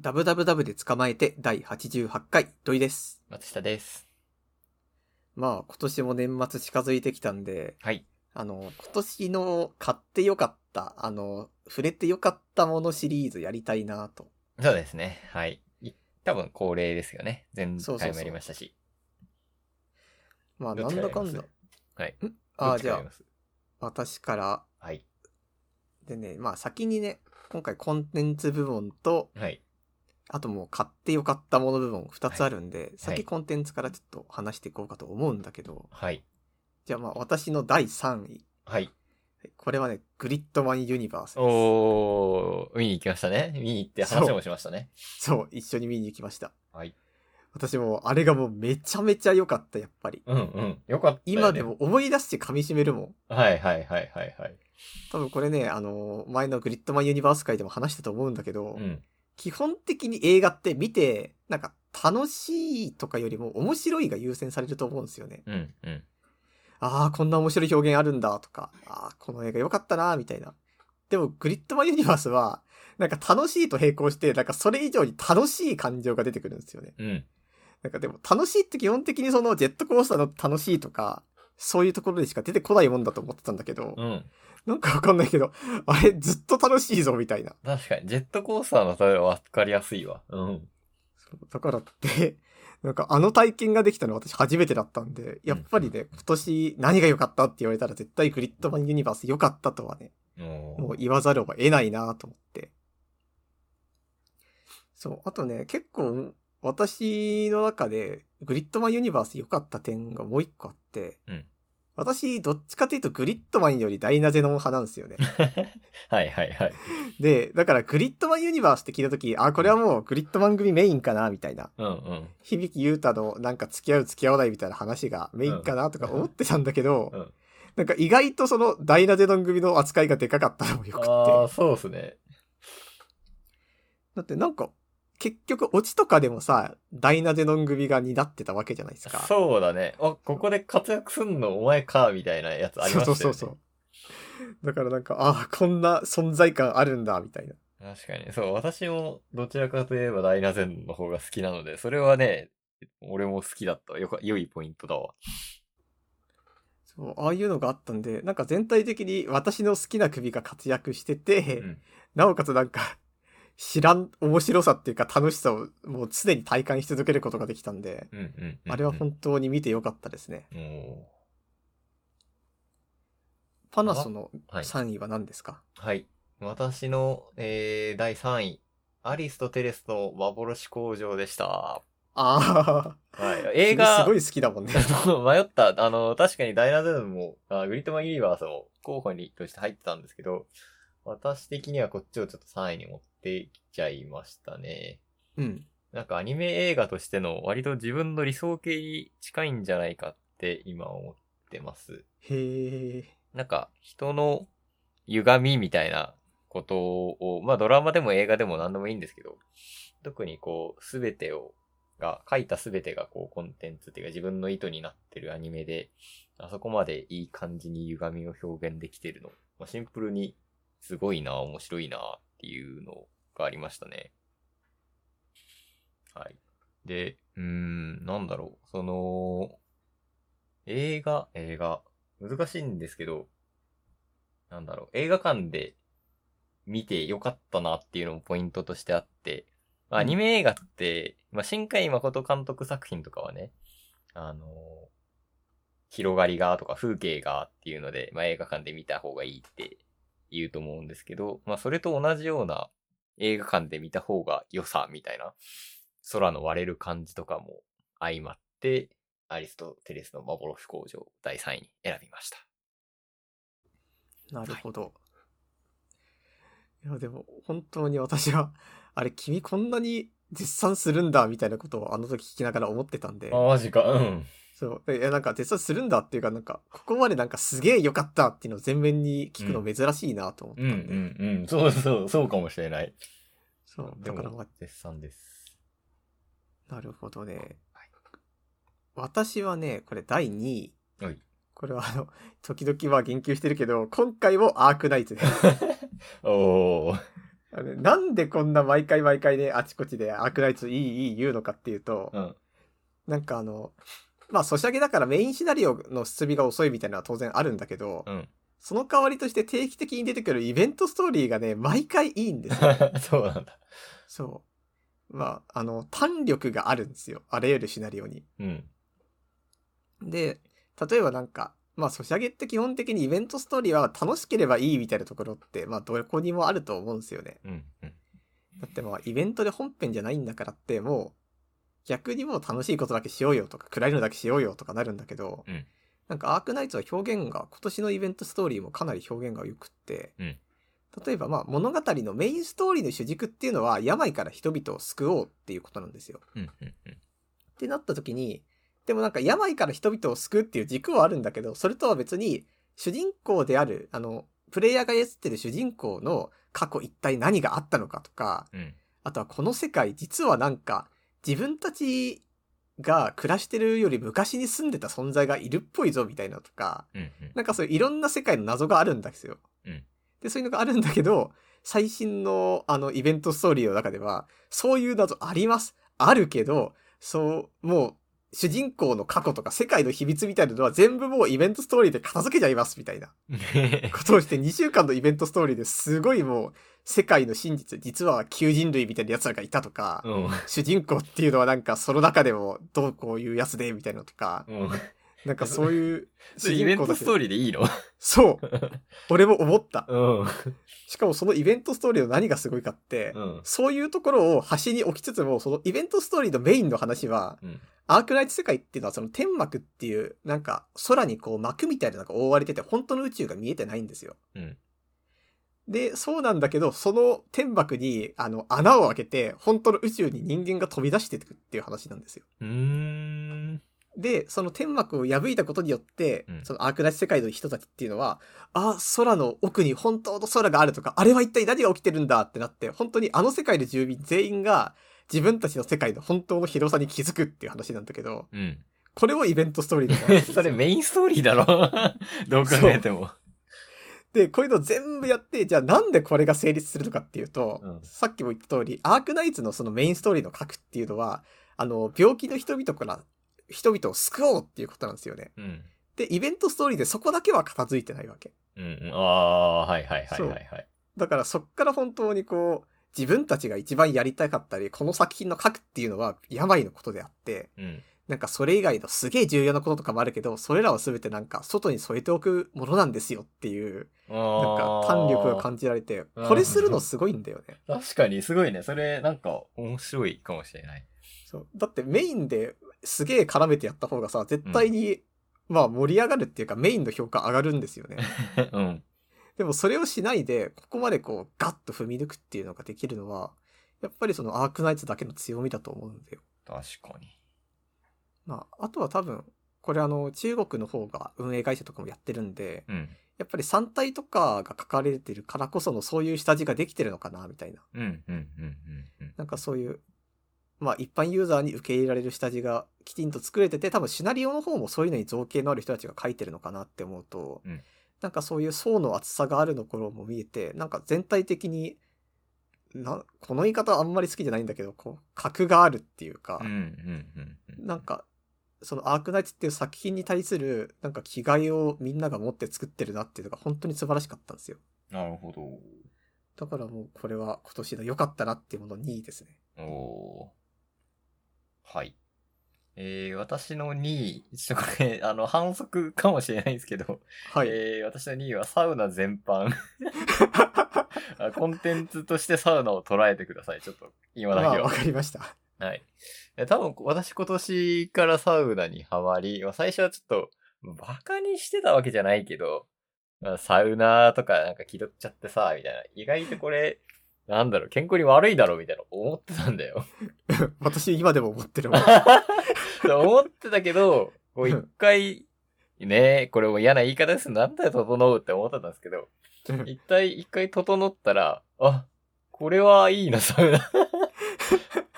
ダブダブダブで捕まえて第88回、土井です。松下です。まあ、今年も年末近づいてきたんで、はい。あの、今年の買ってよかった、あの、触れてよかったものシリーズやりたいなと。そうですね。はい。い多分恒例ですよね。前そうそう回そうもやりましたし。まあ、どなんっちからだかんだやり。はいん。あどあ、っちじからゃやりあま、す私から。はい。でね、まあ先にね、今回コンテンツ部門と、はい。あともう買ってよかったもの部門2つあるんで、先コンテンツからちょっと話していこうかと思うんだけど、はい。じゃあまあ私の第3位。はい。これはね、グリッドマンユニバースです。おー、見に行きましたね。見に行って話もしましたね。そう、一緒に見に行きました。はい。私も、あれがもうめちゃめちゃ良かった、やっぱり。うんうん。よかった、ね。今で。も思い出して噛み締めるもん。はいはいはいはいはい。多分これね、あのー、前のグリッドマンユニバース界でも話したと思うんだけど、うん。基本的に映画って見て、なんか楽しいとかよりも面白いが優先されると思うんですよね。うんうん。ああ、こんな面白い表現あるんだとか、ああ、この映画良かったな、みたいな。でも、グリッドマンユニバースは、なんか楽しいと並行して、なんかそれ以上に楽しい感情が出てくるんですよね。うん。なんかでも楽しいって基本的にそのジェットコースターの楽しいとか、そういうところでしか出てこないもんだと思ってたんだけど、うん。なんかわかんないけど、あれずっと楽しいぞみたいな。確かに、ジェットコースターの例えは分かりやすいわ。うん。そうだからって、なんかあの体験ができたの私初めてだったんで、やっぱりね、今年何が良かったって言われたら絶対グリッドマンユニバース良かったとはね、おーもう言わざるを得ないなと思って。そう、あとね、結構私の中でグリッドマンユニバース良かった点がもう一個あって、うん私どっちかというとグリッドマンよりダイナゼノン派なんですよ ね。はいはいはい。で、だからグリッドマンユニバースって聞いたとき、あ、これはもうグリッドマン組メインかな、みたいな。うんうん。響きゆうたのなんか付き合う付き合わないみたいな話がメインかなとか思ってたんだけど、うんうんなんか意外とそのダイナゼノン組の扱いがでかかったのもよくって。ああ、そうですね。だってなんか、結局、オチとかでもさ、ダイナゼノン組が担ってたわけじゃないですか。そうだね。あ、ここで活躍すんのお前か、みたいなやつありましたよね。そうそうそうそう。だからなんか、ああ、こんな存在感あるんだ、みたいな。確かに。そう、私もどちらかといえばダイナゼンの方が好きなので、それはね、俺も好きだった。よか、良いポイントだわ。そう、ああいうのがあったんで、なんか全体的に私の好きな組が活躍してて、うんなおかつなんか、知らん面白さっていうか楽しさをもう常に体感し続けることができたんで、うんうんうん。あれは本当に見てよかったですね。当もパナソのう、はい。 3位は何ですか、はい。私の、えー、第3位。アリスとテレスの幻工場でした。ああ、はい。 映君画、すごい好きだもんね。あの 迷った。あの、確かにダイナゼンも、あグリッドマンユニバースも候補にとして入ってたんですけど、私的にはこっちをちょっと3位に持ってきちゃいましたね。うん。なんかアニメ映画としての割と自分の理想形に近いんじゃないかって今思ってます。へえ。なんか人の歪みみたいなことを、まあドラマでも映画でも何でもいいんですけど、特にこうすべてを、が、書いたすべてがこうコンテンツっていうか自分の意図になってるアニメで、あそこまでいい感じに歪みを表現できてるの。まあ、シンプルにすごいな、面白いなっていうのがありましたね。はい。で、うーん、なんだろう。その、映画、映画、難しいんですけど、なんだろう、映画館で見てよかったなっていうのもポイントとしてあって、まあうアんニメ映画って、まあ、新海誠監督作品とかはね、あのー広がりがとか風景がっていうので、まあ、映画館で見た方がいいって言うと思うんですけど、まあ、それと同じような映画館で見た方が良さみたいな、空の割れる感じとかも相まって、アリストテレスの幻工場を第3位に選びました。なるほど。い、や、でも、本当に私は、 あれ、君こんなに絶賛するんだ、みたいなことをあの時聞きながら思ってたんで、マジか、うん。そう。でいや、なんか絶賛するんだっていうか、なんか、ここまでなんかすげえ良かったっていうのを全面に聞くの珍しいなと思ったうんうんで、んうん。そうそう、そうかもしれない。そう。でだから、もま、絶賛です。なるほどね。はい私はね、これ第2位。はいこれはあの、時々は言及してるけど、今回もアークナイツです。おー。あのねなんでこんな毎回毎回ね、あちこちでアークナイツいいいい言うのかっていうと、うん。なんかあの、まあ、ソシャゲだからメインシナリオの進みが遅いみたいなのは当然あるんだけど、うん。 その代わりとして定期的に出てくるイベントストーリーがね、毎回いいん ですよ。そうなんだ。そう。まあ、あの、弾力があるんですよ。あらゆるシナリオに。うん。で、例えばなんか、まあ、ソシャゲって基本的にイベントストーリーは楽しければいいみたいなところって、まあ、どこにもあると思うんですよね。うん。うん。だってまあ、イベントで本編じゃないんだからって、もう、逆にもう楽しいことだけしようよとか、暗いのだけしようよとかなるんだけど、うんなんかアークナイツは表現が、今年のイベントストーリーもかなり表現が良くって、うん例えばまあ、物語のメインストーリーの主軸っていうのは、病から人々を救おうっていうことなんですよ。うん。うん。うん。ってなった時に、でもなんか病から人々を救うっていう軸はあるんだけど、それとは別に、主人公である、あの、プレイヤーが操ってる主人公の過去一体何があったのかとか、うん。あとはこの世界実はなんか自分たちが暮らしてるより昔に住んでた存在がいるっぽいぞみたいなとか、うん。 うん。なんかそういういろんな世界の謎があるんですよ。うんで、そういうのがあるんだけど、最新のあのイベントストーリーの中では、そういう謎あります。あるけど、そう、もう、主人公の過去とか世界の秘密みたいなのは全部もうイベントストーリーで片付けちゃいますみたいな。ことをして2週間のイベントストーリーですごいもう世界の真実実は旧人類みたいな奴らがいたとか、うん。主人公っていうのはなんかその中でもどうこういうやつでみたいなのとかうん。なんかそういうそ主れ イベ人公ントだスけ トーリーでいいのそう俺も思ったうん。しかもそのイベントストーリーの何がすごいかって、うん。そういうところを端に置きつつもそのイベントストーリーのメインの話はうん。アークライト世界っていうのはその天幕っていうなんか空にこう幕みたいなのが覆われてて本当の宇宙が見えてないんですようん。で、そうなんだけど、その天幕に、あの、穴を開けて、本当の宇宙に人間が飛び出していくっていう話なんですよ。うーん。で、その天幕を破いたことによって、うんそのアークナイツ世界の人たちっていうのは、あ、空の奥に本当の空があるとか、あれは一体何が起きてるんだってなって、本当にあの世界の住民全員が、自分たちの世界の本当の広さに気づくっていう話なんだけど、うん。これをイベントストーリーで それメインストーリーだろ どう考えても。で、こういうの全部やって、じゃあなんでこれが成立するのかっていうと、うんさっきも言った通り、アークナイツのそのメインストーリーの核っていうのは、あの、病気の人々から、人々を救おうっていうことなんですよね。うん。で、イベントストーリーでそこだけは片付いてないわけ。うんうん。ああ、はいはいはいはいはい。だからそっから本当にこう、自分たちが一番やりたかったり、この作品の核っていうのは病のことであって、うん。なんかそれ以外のすげえ重要なこととかもあるけど、それらは全てなんか外に添えておくものなんですよっていう、なんか弾力が感じられて、あーこれするのすごいんだよね。確かに、すごいね。それ、なんか、面白いかもしれ ない。そう。だってメインですげえ絡めてやった方がさ、絶対に、まあ盛り上がるっていうかメインの評価上がるんですよね。 うん。でもそれをしないで、ここまでこうガッと踏み抜くっていうのができるのは、やっぱりそのアークナイツだけの強みだと思うんだよ。確かに。まあ、あとは多分、これあの中国の方が運営会社とかもやってるんで、うん。やっぱり山体とかが書かれてるからこそのそういう下地ができてるのかな、みたいな。うん、うん、うん、うん。なんかそういう、まあ一般ユーザーに受け入れられる下地がきちんと作れてて、多分シナリオの方もそういうのに造形のある人たちが書いてるのかなって思うと、うんなんかそういう層の厚さがあるところも見えて、なんか全体的に、なこの言い方はあんまり好きじゃないんだけど、こう、格があるっていうか、うん、うん、うん。うなん、か、そのアークナイツっていう作品に対する、なんか気概をみんなが持って作ってるなっていうのが本当に素晴らしかったんですよ。なるほど。だからもうこれは今年の良かったなっていうもの2位ですね。おー。はい。えー、私の2位、ちょっとこれ、あの、反則かもしれないんですけど、はい。えー、私の2位はサウナ全 般。あコンテンツとしてサウナを捉えてください。ちょっと、今だまあけはわ。かりました。はい。え多分、私今年からサウナにハマり、まあ、最初はちょっと、バカにしてたわけじゃないけど、まあサウナーとかなんか気取っちゃってさ、みたいな。意外とこれ、なんだろう、健康に悪いだろう、みたいな思ってたんだよ。私今でも思ってるもん。思ってたけど、こううん一回、ねこれも嫌な言い方です。なんだよ、整うって思ってたんですけど、うん一体、一回整ったら、あ、これはいいな、サウナ。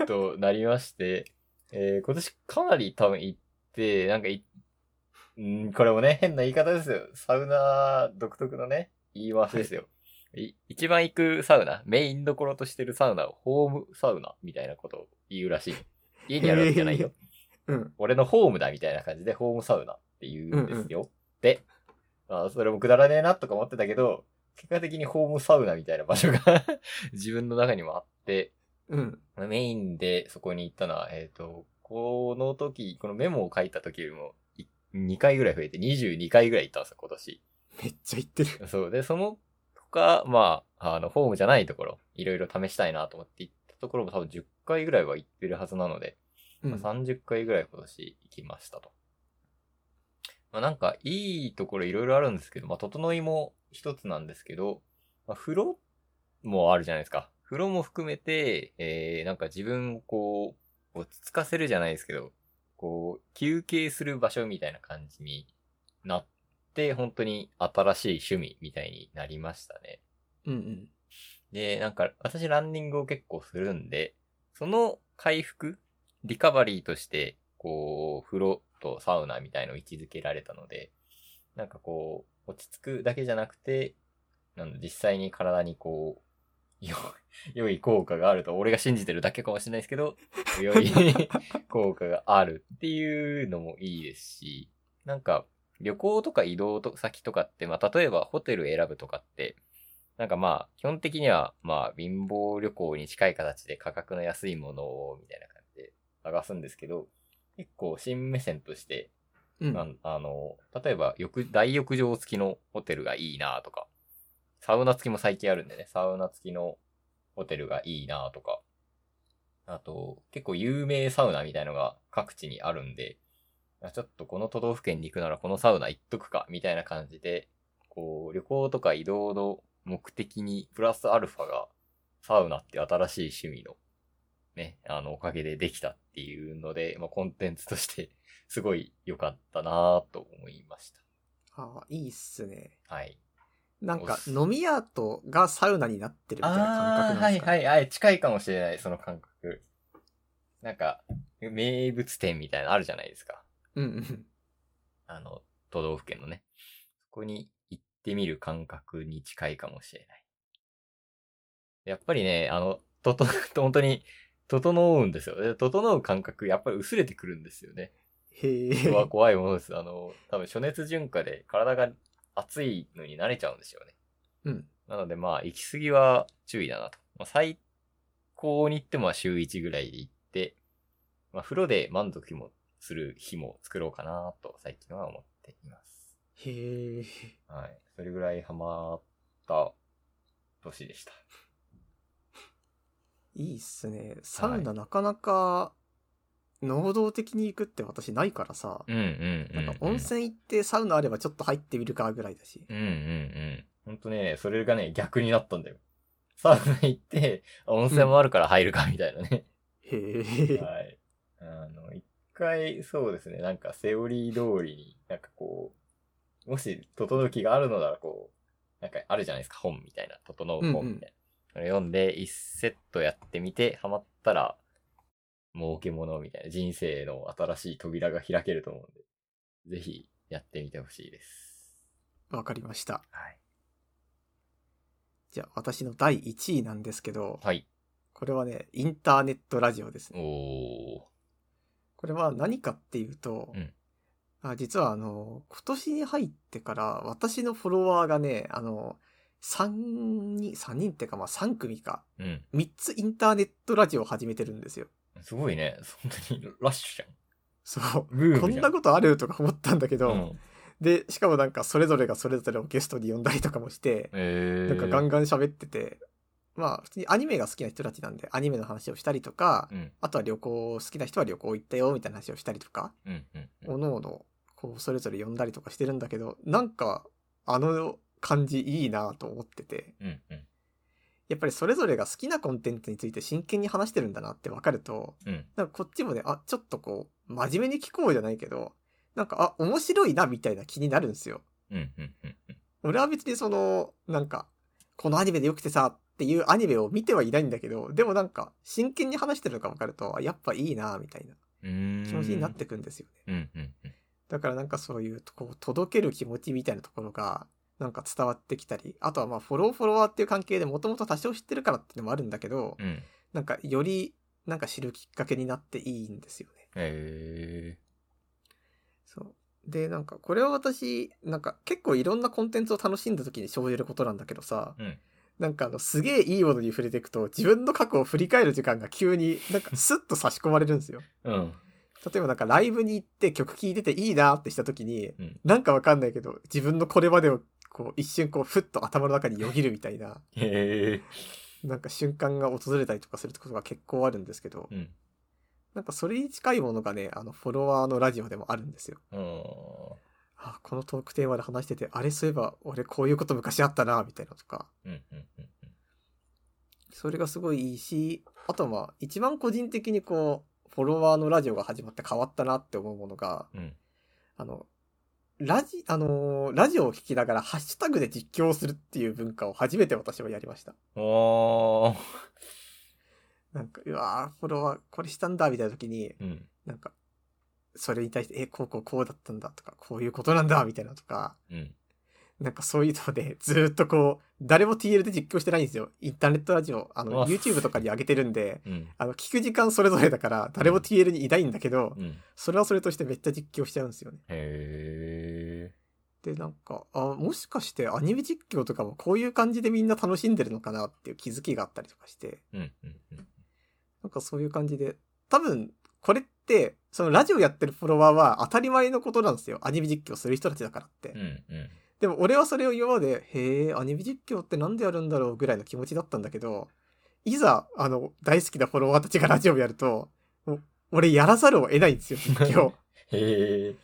となりまして、えー今年かなり多分行って、なんかい、うんこれもね、変な言い方ですよ。サウナ独特のね、言い回しですよ。い一番行くサウナ、メインどころとしてるサウナをホームサウナみたいなことを言うらしい。家にあるわけじゃないよ。うん。俺のホームだみたいな感じでホームサウナって言うんですよ。で、まあ、それもくだらねえなとか思ってたけど、結果的にホームサウナみたいな場所が 自分の中にもあって、うん。メインでそこに行ったのは、えっ、と、この時、このメモを書いた時よりもい2回ぐらい増えて22回ぐらい行ったんですよ、今年。めっちゃ行ってる。そう。で、その他、まあ、あの、ホームじゃないところ、いろいろ試したいなと思って行ったところも多分10回ぐらいは行ってるはずなので、うん。まあ30回ぐらい今年行きましたと。まあなんか、いいところいろいろあるんですけど、まあ、整いも一つなんですけど、まあ、風呂もあるじゃないですか。風呂も含めて、えー、なんか自分をこう、落ち着かせるじゃないですけど、こう、休憩する場所みたいな感じになって、本当に新しい趣味みたいになりましたね。うんうん。で、なんか、私ランニングを結構するんで、その回復、リカバリーとして、こう、風呂とサウナみたいのを位置づけられたので、なんかこう、落ち着くだけじゃなくて、なんだ実際に体にこう、よ、 良い効果があると、俺が信じてるだけかもしれないですけど、良い効果があるっていうのもいいですし、なんか、旅行とか移動と先とかって、まあ、例えばホテル選ぶとかって、なんかまあ、基本的には、まあ、貧乏旅行に近い形で価格の安いものを、みたいな感じで探すんですけど、結構新目線として、うん。なんあの、例えば浴、大浴場付きのホテルがいいなとか、サウナ付きも最近あるんでね、サウナ付きのホテルがいいなとか、あと、結構有名サウナみたいのが各地にあるんで、あちょっとこの都道府県に行くならこのサウナ行っとくか、みたいな感じで、こう、旅行とか移動の目的にプラスアルファが、サウナって新しい趣味の、ね、あの、おかげでできたっていうので、まあ、コンテンツとしてすごい良かったなぁと思いましああ、いいっすね。た。はい。なんおか、す飲み屋とがサウナになってるみたいな感あ覚なーはんでいすか、ねはいはい、近いかもしれない、その感覚。なんか、名物店みたいなのあるじゃないですか。うんうん。あの、都道府県のね。そこに行ってみる感覚に近いかもしれない。やっぱりね、あの、と と、本当に、整うんですよ。で整う感覚、やっぱり薄れてくるんですよね。へ人はえ。怖いものです。あの、多分、暑熱順化で体が熱いのに慣れちゃうんですよね。うん。なのでまあ、行き過ぎは注意だなと。まあ、最高に行ってもまあ週1ぐらいで行って、まあ、風呂で満足もする日も作ろうかなと最近は思っています。へえ。はい。それぐらいハマった年でした。いいっすね。サウナなかなか、能動的に行くって私ないからさ。うんうんなんか温泉行ってサウナあればちょっと入ってみるかぐらいだし。うんうんうん。ほんとね、それがね、逆になったんだよ。サウナ行って、あ温泉もあるから入るかみたいなね。へ え。はい。あの、一回、そうですね、なんかセオリー通りに、なんかこう、もし、整う気があるのなら、こう、なんかあるじゃないですか、本みたいな、整う本みたいな。それ読んで、一セットやってみて、ハマったら、儲け物みたいな、人生の新しい扉が開けると思うんで、ぜひ、やってみてほしいです。わかりました。はい。じゃあ私の第1位なんですけど、はい。これはね、インターネットラジオですね。おー。これは何かっていうと、うんあ実はあの、今年に入ってから私のフォロワーがね、あの、3人、3人っていうかまあ3組か、うん。 3つインターネットラジオを始めてるんですよ。すごいね。そんなにラッシュじそう。ゃん。ブーこムんじゃ。なんことあるとか思ったんだけど、うん。で、しかもなんかそれぞれがそれぞれをゲストに呼んだりとかもして、えなんー。かガンガン喋ってて、まあ普通にアニメが好きな人たちなんで、アニメの話をしたりとか、うん。あとは旅行、好きな人は旅行行ったよ、みたいな話をしたりとか、うんうんうんおのおの、こう、それぞれ呼んだりとかしてるんだけど、なんか、あの感じいいなと思ってて、うんうんやっぱりそれぞれが好きなコンテンツについて真剣に話してるんだなってわかると、うんなんかこっちもね、あ、ちょっとこう、真面目に聞こうじゃないけど、なんか、あ、面白いな、みたいな気になるんですよ。うんうんうんうん俺は別にその、なんか、このアニメでよくてさ、っていうアニメを見てはいないんだけど、でもなんか、真剣に話してるのがわかると、あやっぱいいな、みたいなうーん気持ちになってくんですよね。うんうんうんだからなんかそういう、こう、届ける気持ちみたいなところが、なんか伝わってきたり、あとはまあフォローフォロワーっていう関係でもともと多少知ってるからっていうのもあるんだけど、うん。なんかよりなんか知るきっかけになっていいんですよね。えそう。で、なんかこれは私、なんか結構いろんなコンテンツを楽しんだ時に生じることなんだけどさ、うんなんかあのすげえいいものに触れていくと自分の過去を振り返る時間が急になんかスッと差し込まれるんですよ。ー。うん。例えばなんかライブに行って曲聴いてていいなってした時に、うんなんかわかんないけど自分のこれまでをこう一瞬こうふっと頭の中によぎるみたいな、えなんか瞬間が訪れたりとかすることが結構あるんですけど、ー。うん。なんかそれに近いものがね、あのフォロワーのラジオでもあるんですよ。うん。あこのトークテーマで話してて、あれそういえば俺こういうこと昔あったな、みたいなとか。うんうんうんうん。それがすごいいいし、あとは一番個人的にこう、フォロワーのラジオが始まって変わったなって思うものが、うんあの、ラジ、あのーラジオを聞きながらハッシュタグで実況をするっていう文化を初めて私はやりました。おー。なんか、うわーフォロワーこれしたんだ、みたいな時に、うん。なんか、それに対して、え、こうこうこうだったんだとか、こういうことなんだ、みたいなとか、うん。なんかそういうので、ずーっとこう、誰も TL で実況してないんですよ。インターネットラジオ、あの、あ YouTube とかに上げてるんで、うん。あの、聞く時間それぞれだから、誰も TL にいないんだけど、うん。それはそれとしてめっちゃ実況しちゃうんですよね。へで、なんか、あ、もしかしてアニメ実況とかもこういう感じでみんな楽しんでるのかなっていう気づきがあったりとかして、ー。うん。うん。うん。なんかそういう感じで、多分、これって、そのラジオやってるフォロワーは当たり前のことなんですよ。アニメ実況する人たちだからって。うん。うん。でも俺はそれを今まで、へえ、アニメ実況ってなんでやるんだろうぐらいの気持ちだったんだけど、いざ、あの、大好きなフォロワーたちがラジオやると、もう俺やらざるを得ないんですよ、実 況。へえ。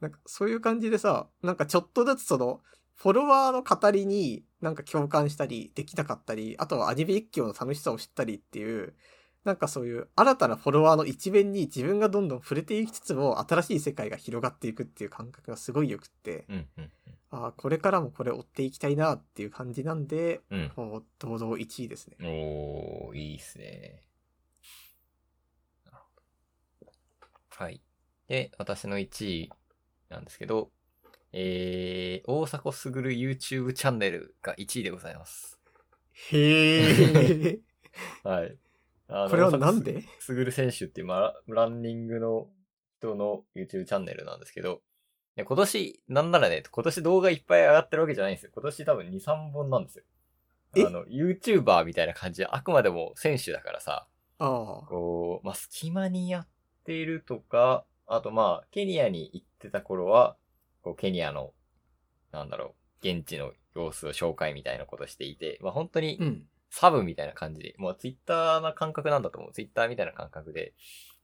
なんかそういう感じでさ、なんかちょっとずつその、フォロワーの語りになんか共感したり、できなかったり、あとはアニメ実況の楽しさを知ったりっていう、なんかそういう新たなフォロワーの一面に自分がどんどん触れていきつつも、新しい世界が広がっていくっていう感覚がすごい良くって、うん。うん。ああ、これからもこれ追っていきたいなっていう感じなんで、うん。もう堂々1位ですね。おー、いいっすね。なるほどはい。で、私の1位なんですけど、えー、大迫傑 YouTube チャンネルが1位でございます。へえ。はい。あのこれはなんで大迫すぐる選手っていう、まあ、ランニングの人の YouTube チャンネルなんですけど、いや今年、なんならね、今年動画いっぱい上がってるわけじゃないんですよ。今年多分2、3本なんですよ。えあの、YouTuber みたいな感じで、あくまでも選手だからさ、 ああ。こう、まあ、隙間にやってるとか、あとまあ、ケニアに行ってた頃は、こう、ケニアの、なんだろう、現地の様子を紹介みたいなことしていて、まあ本当にうん。サブみたいな感じで、もうツイッターな感覚なんだと思う。ツイッターみたいな感覚で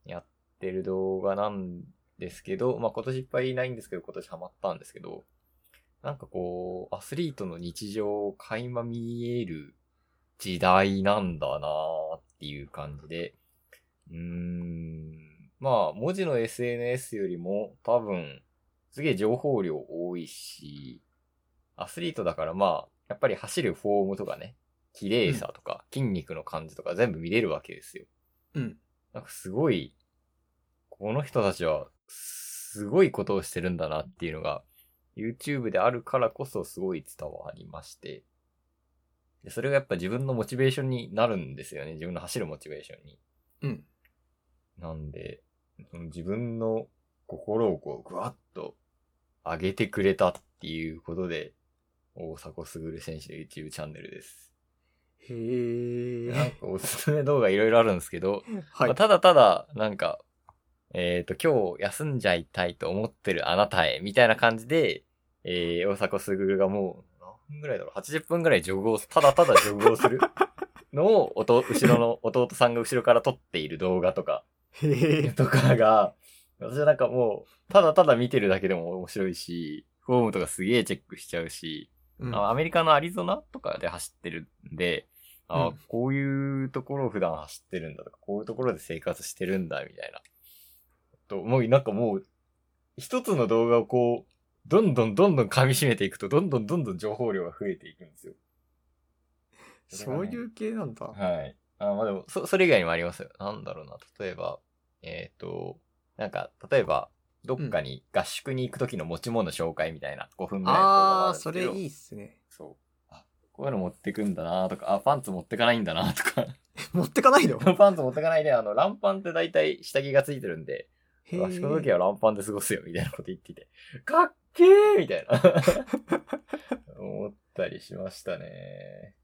やってる動画なんですけど、まあ今年いっぱいないんですけど、今年ハマったんですけど、なんかこう、アスリートの日常を垣間見える時代なんだなーっていう感じで、うーん、まあ文字の SNS よりも多分、すげえ情報量多いし、アスリートだからまあ、やっぱり走るフォームとかね、綺麗さとか、筋肉の感じとか全部見れるわけですよ。うん。なんかすごい、この人たちは、すごいことをしてるんだなっていうのが、YouTube であるからこそすごい伝わりまして、でそれがやっぱ自分のモチベーションになるんですよね。自分の走るモチベーションに。うん。なんで、その自分の心をこう、ぐわっと上げてくれたっていうことで、大迫傑選手の YouTube チャンネルです。へなんえ。かおすすめ動画いろいろあるんですけど、はまいあ。ただただ、なんか、えっ、と、今日休んじゃいたいと思ってるあなたへ、みたいな感じで、えー、大迫傑がもう、何分ぐらいだろう ?80 分ぐらいジョグを、ただただジョグを するのを、おと、後ろの弟さんが後ろから撮っている動画とか、へえ。とかが、私はなんかもう、ただただ見てるだけでも面白いし、フォームとかすげえチェックしちゃうし、うんあアメリカのアリゾナとかで走ってるんで、あ、うんこういうところを普段走ってるんだとか、こういうところで生活してるんだ、みたいな。と、もうなんかもう、一つの動画をこう、どんどんどんどん噛み締めていくと、どんどんどんどん情報量が増えていくんですよ。そういう系なんだ。はい。あまあでも、そ、それ以外にもありますよ。なんだろうな。例えば、えっ、と、なんか、例えば、どっかに合宿に行く時の持ち物紹介みたいな5分ぐらいの動画があああ、るんですそけれどいいっすね。そう。あ、こういうの持ってくんだなとか、あ、パンツ持ってかないんだなと か。 持ってか ないのパンツ持ってかないで、あの、ランパンって大体下着がついてるんで、へ合宿の時ーはランパンで過ごすよ、みたいなこと言って て、かっけーみたいな。思ったりしましたね。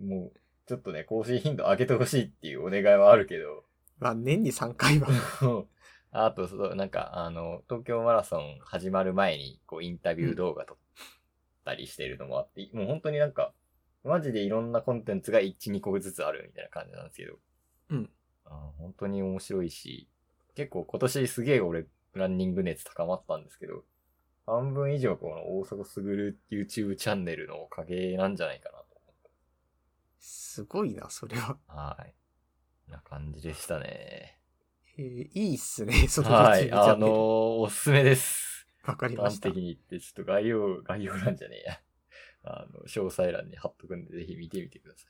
うんもう、ちょっとね、更新頻度上げてほしいっていうお願いはあるけど、まあ、年に3回は。 あと、そう、なんか、あの、東京マラソン始まる前に、こう、インタビュー動画撮ったりしてるのもあって、もう本当になんか、マジでいろんなコンテンツが1、2個ずつあるみたいな感じなんですけど。うんあ。本当に面白いし、結構今年すげえ俺、ランニング熱高まったんですけど、半分以上この大迫傑 YouTube チャンネルのおかげなんじゃないかなと。すごいな、それは。はい。な感じでしたね。えーいいっすね、そのはい。あの YouTube ーおすすめです。チャンネルわかりま端した的。に言って、ちょっと概要、概要欄じゃねえや。 あの、詳細欄に貼っとくんで、ぜひ見てみてくださ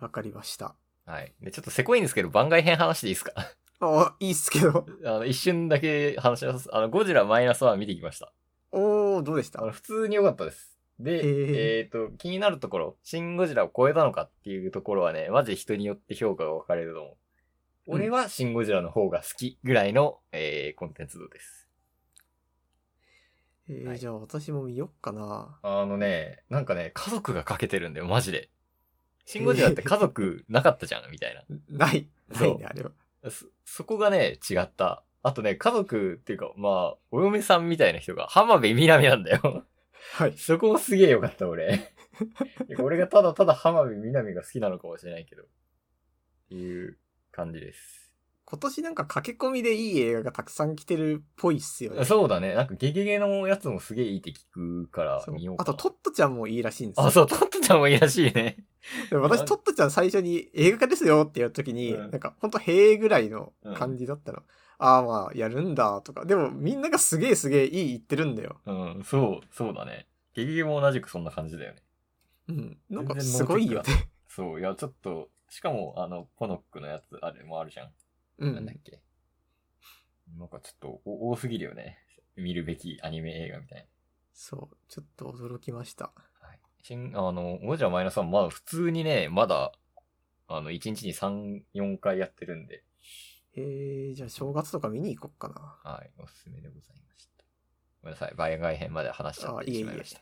わかりました。い。はい。で、ちょっとせこいんですけど、番外編話していいですか ああ、いいっすけど。 あの、一瞬だけ話します。あの、ゴジラマイナスワン見てきました。おー、どうでしたあの、普通に良かったです。で、へえっ、と、気になるところ、シン・ゴジラを超えたのかっていうところはね、マジで人によって評価が分かれると思う。うん俺はシン・ゴジラの方が好きぐらいの、えー、コンテンツ度です。えーはいじゃあ私も見よっかな。あのね、なんかね、家族がかけてるんだよ、マジで。シンゴジラって家族なかったじゃん、みたいな。ない。なそういね、あれは。 そ、そこがね、違った。あとね、家族っていうか、まあ、お嫁さんみたいな人が浜辺美波なんだよ。 はい。そこもすげえよかった、 俺。俺がただただ浜辺美波が好きなのかもしれないけど。っていう感じです。今年なんか駆け込みでいい映画がたくさん来てるっぽいっすよね。そうだね、なんかゲゲゲのやつもすげえいいって聞くからそう見ようかあな。と、トットちゃんもいいらしいんですよ。あ、そう、トットちゃんもいいらしいね。でも私、トットちゃん最初に映画化ですよってやった時に、うんなんか、ほんと、へえぐらいの感じだったの。ああ、まあ、やるんだ、とか。でも、みんながすげえすげえいい言ってるんだよ。うん、そう、そうだね。ゲゲゲも同じくそんな感じだよね。うん。なんか、すごいよね。そう、いや、ちょっと、しかも、あの、コノックのやつ、あれもあるじゃん。 うなんだっん。け。なんかちょっと、お多すぎるよね。見るべきアニメ映画みたいそう。ちょっと驚きました。な。はい。新、あの、ゴジラマイナスワン、まだ普通にね、まだ、あの、1日に3、4回やってるんで、えー、じゃあ、正月とか見に行こっかな。はい、おすすめでございました。ごめんなさい、番外編まで話しちゃっあていえいえしまいました。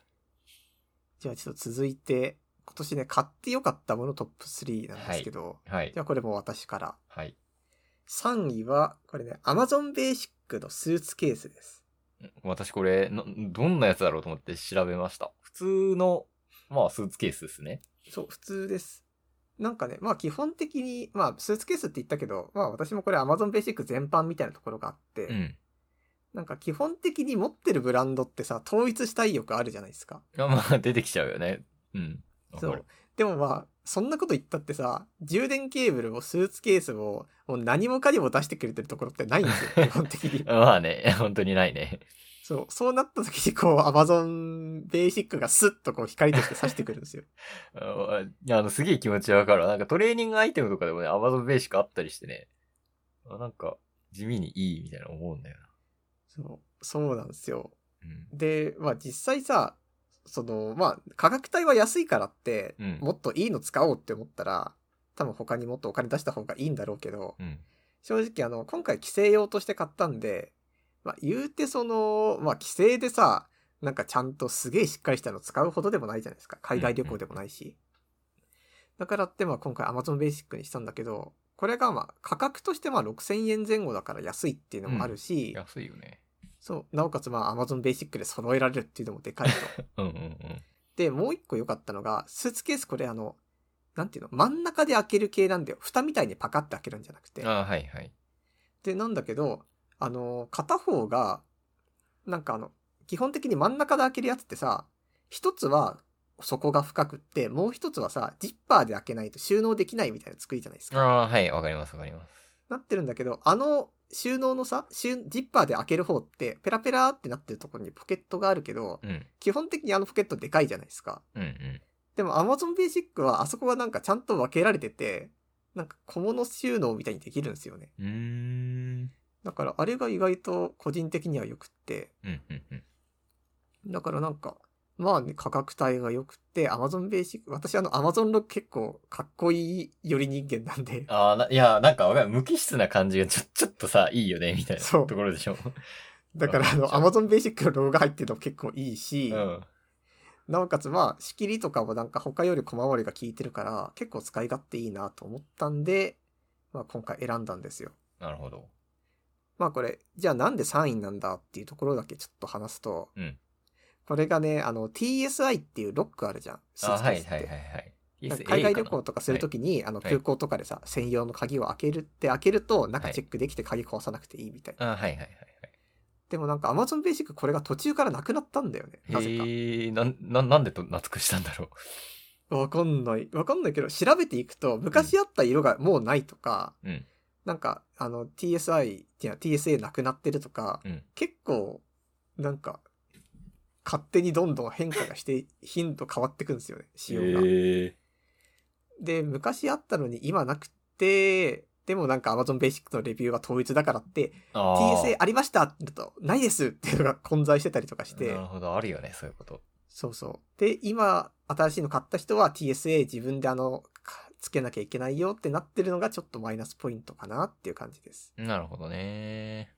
じゃあ、ちょっと続いて、今年ね、買ってよかったものトップ3なんですけど、はいじ、ゃあ、これも私から。はい。 3位は、これね、Amazon Basic のスーツケースです。私これ、などんなやつだろうと思って調べました。普通の、まあ、スーツケースですね。そう、普通です。なんかね、まあ基本的に、まあスーツケースって言ったけど、まあ私もこれ Amazon Basic 全般みたいなところがあって、うん。なんか基本的に持ってるブランドってさ、統一したい欲あるじゃないですか。あまあ、出てきちゃうよね。うん。わかそる。う。。でもまあ、そんなこと言ったってさ、充電ケーブルもスーツケースも、もう何もかにも出してくれてるところってないんですよ、基本的に まあね、 本当にないね。そう、そうなった時にこう Amazon Basic がスッとこう光として差してくるんですよ。ああの、すげえ気持ちわかるわ。なんかトレーニングアイテムとかでもね、Amazon ベーシックあったりしてね。あなんか、地味にいいみたいな思うんだよな。そう、そうなんですよ。うん。で、まあ実際さ、その、まあ価格帯は安いからって、うんもっといいの使おうって思ったら、多分他にもっとお金出した方がいいんだろうけど、うん。正直あの、今回帰省用として買ったんで、まあ言うてその、まあ帰省でさ、なんかちゃんとすげえしっかりしたの使うほどでもないじゃないですか。海外旅行でもないし。だからってまあ今回 Amazon Basic にしたんだけど、これがまあ価格としてまあ6000円前後だから安いっていうのもあるし、安いよね。そう。なおかつまあ Amazon Basic で揃えられるっていうのもでかい と。うんうんうん。で、もう一個良かったのが、スーツケースこれあの、なんていうの真ん中で開ける系なんだよ。蓋みたいにパカって開けるんじゃなくて。ああ、はいはい。で、なんだけど、あの、片方が、なんかあの、基本的に真ん中で開けるやつってさ、一つは底が深くって、もう一つはさ、ジッパーで開けないと収納できないみたいな作りじゃないですあか。あ、はい、わかりますわかります。なってるんだけど、あの収納のさ、収ジッパーで開ける方って、ペラペラってなってるところにポケットがあるけど、うん。基本的にあのポケットでかいじゃないですか。うんうん。でも Amazon Basic はあそこがなんかちゃんと分けられてて、なんか小物収納みたいにできるんですよね。うーん。だからあれが意外と個人的には良くって、うんうんうん。だからなんか、まあね、価格帯が良くて、Amazon ベーシック、私あの Amazon の結構かっこいいより人間なん で、ああ、ないや、なんかわかる、無機質な感じがちょ、ちょっとさ、いいよね、みたいなそうところでしょ。だからあのあ Amazon ベーシックのロゴが入ってるのも結構いいし、うん。なおかつまあ仕切りとかもなんか他より小回りが効いてるから結構使い勝手いいなと思ったんで、まあ今回選んだんですよ。なるほど。まあこれ、じゃあなんで3位なんだっていうところだけちょっと話すと、うんこれがね、あの TSI っていうロックあるじゃん。スーあツケはースっいてはいはいはい。なんか海外旅行ととかするときに、あのはい空港とかでさ、専用の鍵を開けるって開けると、なんかチェックできて鍵壊さなくていいみたいな。あはいはいはいでもなんか Amazon ベーシックこれが途中からなくなったんだよね。なはい。ぜか。へえ、なん、なんなんでと、懐くしたんだろわかんない。わかんないけど、調べていくと、昔あった色がもうないとか、う。うん。なんか、あの TSI、いや TSA なくなってるとか、うん。結構、なんか、勝手にどんどん変化がして、頻度変わってくんですよね、仕様が。え。で、昔あったのに今なくて、でもなんか Amazon ベーシックのレビューは統一だからって、ああ。 TSA ありましたって言うと、ないですっていうのが混在してたりとかしてなる、ほど、あるよね、そういうこと。そうそう。で、今、新しいの買った人は TSA 自分であの、かつけなきゃいけないよってなってるのがちょっとマイナスポイントかなっていう感じです。なるほどね。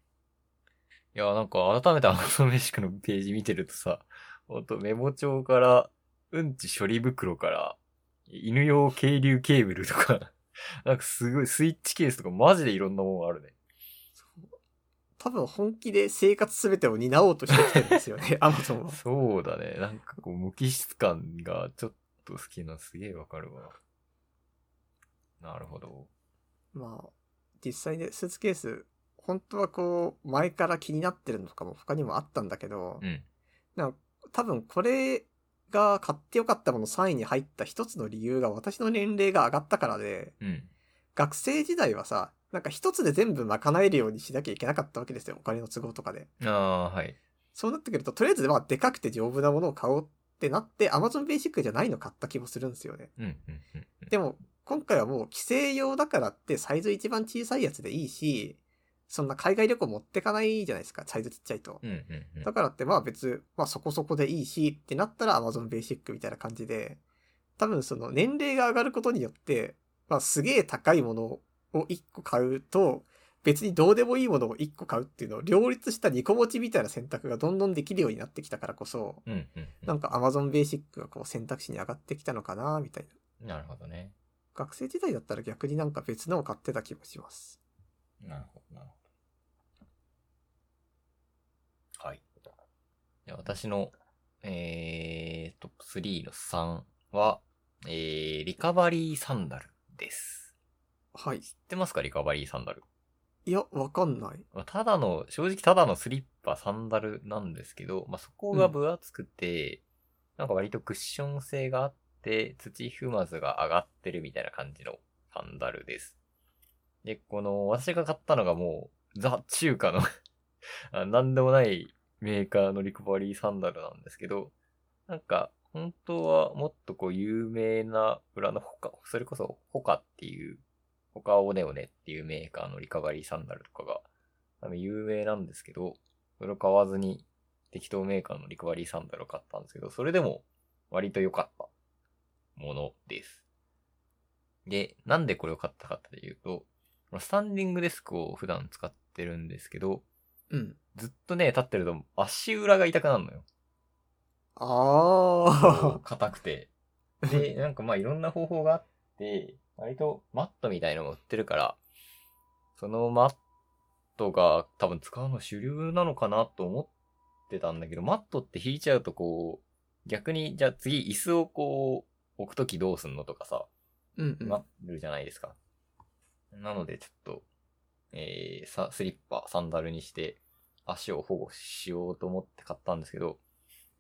いや、なんか改めてアマゾンベーシックのページ見てるとさ、ほんとメモ帳から、うんち処理袋から、犬用軽流ケーブルとか、 なんかすごいスイッチケースとかマジでいろんなもんあるね。多分本気で生活すべてを担おうとしてきてるんですよね、Amazon は。そうだね。なんかこう無機質感がちょっと好きなのすげえわかるわ。なるほど。まあ、実際ね、スーツケース、本当はこう、前から気になってるのとかも他にもあったんだけど、うん。多分これが買ってよかったもの3位に入った一つの理由が私の年齢が上がったからで、うん。学生時代はさ、なんか一つで全部賄えるようにしなきゃいけなかったわけですよ。お金の都合とかで。ああ、はい。そうなってくると、とりあえずまあでかくて丈夫なものを買おうってなって、Amazon ベーシックじゃないの買った気もするんですよね。うん、うん、うん。でも、今回はもう帰省用だからってサイズ一番小さいやつでいいし、そんな海外旅行持ってかないじゃないですか、サイズちっちゃいと。うん、うん、うんだ。からってまあ別、まあそこそこでいいしってなったら Amazon ベーシックみたいな感じで、多分その年齢が上がることによって、まあすげえ高いものを1個買うと、別にどうでもいいものを1個買うっていうのを両立した2個持ちみたいな選択がどんどんできるようになってきたからこそ、うん、うんうん。なんか Amazon ベーシックがこう選択肢に上がってきたのかなみたいな。なるほどね。学生時代だったら逆になんか別のを買ってた気もします。なるほど、なるほど。はい。じゃあ私の、えー、トップ3の3は、えー、リカバリーサンダルです。はい。知ってますかリカバリーサンダル。いや、わかんない。まあただの、正直ただのスリッパ、サンダルなんですけど、まあ、そこが分厚くて、なんか割とクッション性があって、土踏まずが上がってるみたいな感じのサンダルです。で、この、私が買ったのがもう、ザ・中華の あ、なんでもないメーカーのリカバリーサンダルなんですけど、なんか、本当はもっとこう、有名なブランド、ホカ、それこそ、ホカっていう、ホカオネオネっていうメーカーのリカバリーサンダルとかが、あの、有名なんですけど、それを買わずに適当メーカーのリカバリーサンダルを買ったんですけど、それでも割と良かったものです。で、なんでこれを買ったかっていうと、スタンディングデスクを普段使ってるんですけど、うん。ずっとね、立ってると足裏が痛くなるのよ。あ硬くて。で、なんかまあいろんな方法があって、割とマットみたいのも売ってるから、そのマットが多分使うの主流なのかなと思ってたんだけど、マットって引いちゃうとこう、逆にじゃあ次椅子をこう置くときどうすんのとかさ、ー。うん、うん。なるじゃないですか。なので、ちょっと、えー、さ、スリッパ、サンダルにして、足を保護しようと思って買ったんですけど、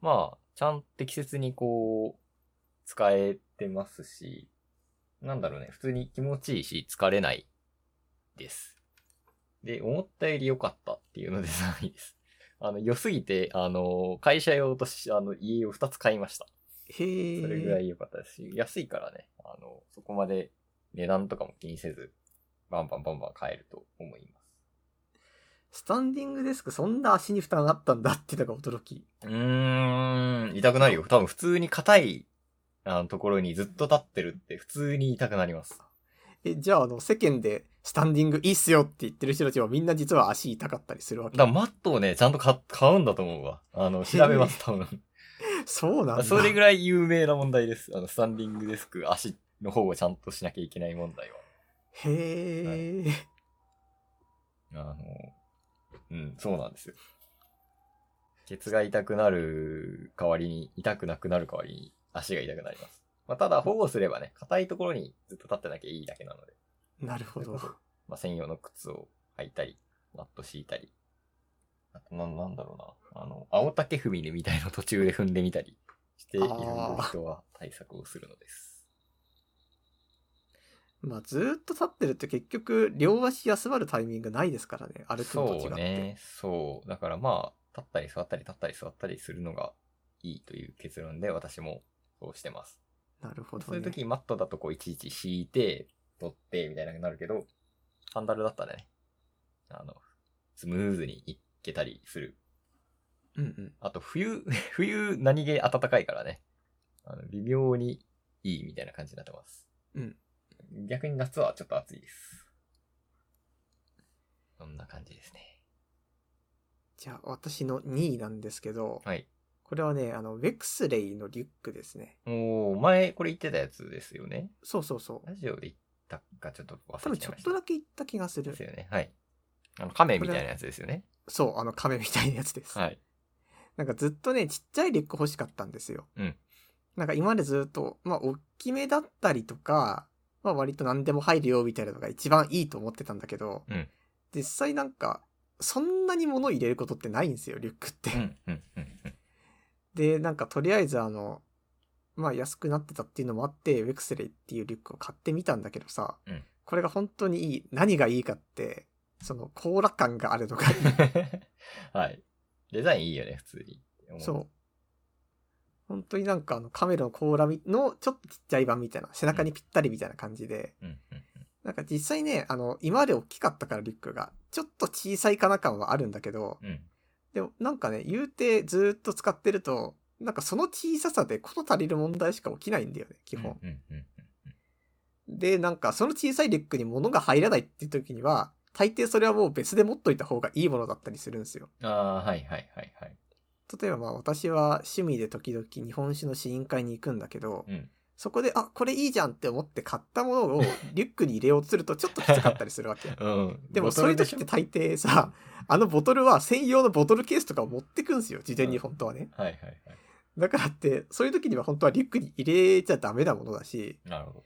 まあ、ちゃんと適切にこう、使えてますし、なんだろうね、普通に気持ちいいし、疲れないです。で、思ったより良かったっていうので3位です。あの、良すぎて、あの、会社用とし、あの、家を2つ買いました。へえ。それぐらい良かったですし、安いからね、あの、そこまで値段とかも気にせず、バンバンバンバン買えると思います。スタンディングデスクそんな足に負担あったんだっていうのが驚き。うーん、痛くなるよ。多分普通に硬い、あの、ところにずっと立ってるって普通に痛くなります。え、じゃああの、世間でスタンディングいいっすよって言ってる人たちはみんな実は足痛かったりするわだけか。らマットをね、ちゃんと買買うんだと思うわ。あの、調べます、多分。 そうなんだ。それぐらい有名な問題です。あの、スタンディングデスク、足の方をちゃんとしなきゃいけない問題へえ、は。あの、うん、そうなんですよ。ケツが痛くなる代わりに、痛くなくなる代わりに、足が痛くなります。まあ、ただ保護すればね、硬いところにずっと立ってなきゃいいだけなので。なるほど。まあ、専用の靴を履いたり、マット敷いたり。あと、な、なんだろうな。あの、青竹踏みでみたいの途中で踏んでみたりして、いろいろ人は対策をするのです。まあ、ずーっと立ってると結局、両足休まるタイミングないですからね、歩くのと違って。そうね。そう。だからまあ、立ったり座ったり立ったり座ったりするのがいいという結論で私もそうしてます。なるほど、ね。そういう時マットだとこういちいち敷いて、取ってみたいなのになるけど、サンダルだったらね、あの、スムーズにいけたりするうんうん。あと冬、 冬何気暖かいからね。あの微妙にいいみたいな感じになってます。うん。逆に夏はちょっと暑いです。そんな感じですね。じゃあ、私の2位なんですけど、はい。これはね、あの、ウェクスレイのリュックですね。おー、前これ言ってたやつですよね。そうそうそう。ラジオで言ったかちょっと多忘れ分ちちゃょいまっした。とだけ言った気がするです。よね。はい。あの、亀みたいなやつですよね。そう、あの、亀みたいなやつです。はい。なんかずっとね、ちっちゃいリュック欲しかったんですよ。うんなんか今までずっと、まあ、大きめだったりとか、まあ、割と何でも入るよみたいなのが一番いいと思ってたんだけど、うん実際なんか、そんなに物入れることってないんですよ、リュックって。うん、うん、うん。うんで、なんかとりあえずあの、まあ安くなってたっていうのもあって、ウェクセレイっていうリュックを買ってみたんだけどさ、うんこれが本当にいい、何がいいかって、その甲羅感があるのがいい はい。デザインいいよね、普通に。そう。本当になんかあのカメラの甲羅みのちょっとちっちゃい版みたいな、背中にぴったりみたいな感じで、う。うん、うん。なんか実際ね、あの、今まで大きかったからリュックが、ちょっと小さいかな感はあるんだけど、うん。でもなんかね、言うてずーっと使ってると、なんかその小ささでこと足りる問題しか起きないんだよね、基本。うん、うん、うん。で、なんかその小さいリュックに物が入らないっていう時には、大抵それはもう別で持っといた方がいいものだったりするんですよ。ああー、はい、はい、はい、はい。例えばまあ私は趣味で時々日本酒の試飲会に行くんだけど、うん。そこで、あ、これいいじゃんって思って買ったものを リュックに入れようとするとちょっときつかったりするわけ。 うん。でもボそトういルうで時しょって大抵さ、あのボトルは専用のボトルケースとかを持ってくんですよ、事前に本当はね。はいはいはい。だからって、そういう時には本当はリュックに入れちゃダメなものだし、なるほど。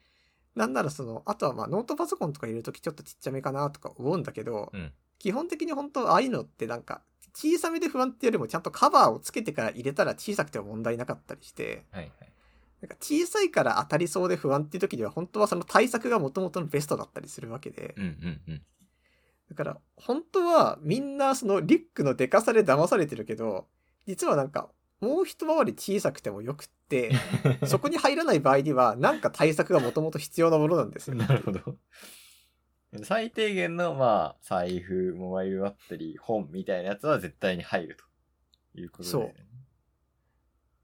なんならその、あとはまあノートパソコンとか入れる時ちょっとちっちゃめかなとか思うんだけど、うん基本的に本当ああいうのってなんか、小さめで不安っていうよりもちゃんとカバーをつけてから入れたら小さくても問題なかったりして、はいなんか小さいから当たりそうで不安っていう時には本当はその対策が元々のベストだったりするわけでうんうんうん。だから本当はみんなそのリュックのでかさで騙されてるけど実はなんかもう一回り小さくてもよくって そこに入らない場合にはなんか対策が元々必要なものなんですよ。 なるほど。最低限の、まあ、財布、モバイルバッテリー、本みたいなやつは絶対に入るということで、ね。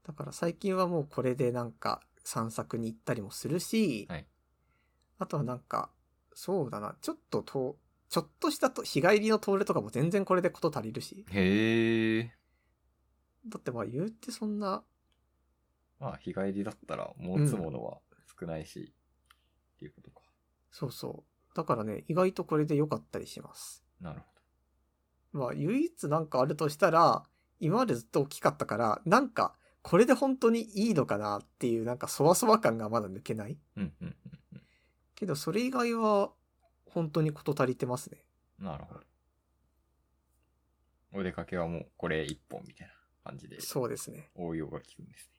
だから最近はもうこれでなんか散策に行ったりもするし、はいあとはなんかそうだなちょっととちょっとしたと日帰りのトイレとかも全然これでこと足りるしへえ。だってまあ言うてそんなまあ、日帰りだったら持つものは少ないし、っていうことか。そうそう。だからね、意外とこれで良かったりします。なるほまあ、唯一なんかあるとしたら、今までずっと大きかったから、なんか、これで本当にいいのかなっていう、なんか、そわそわ感がまだ抜けない。ど。うんうんけど、それ以外は、本当にこと足りてますね。うん。なるほど。お出かけはもうこれ一本みたいな感じでそうですね。応用が効くんです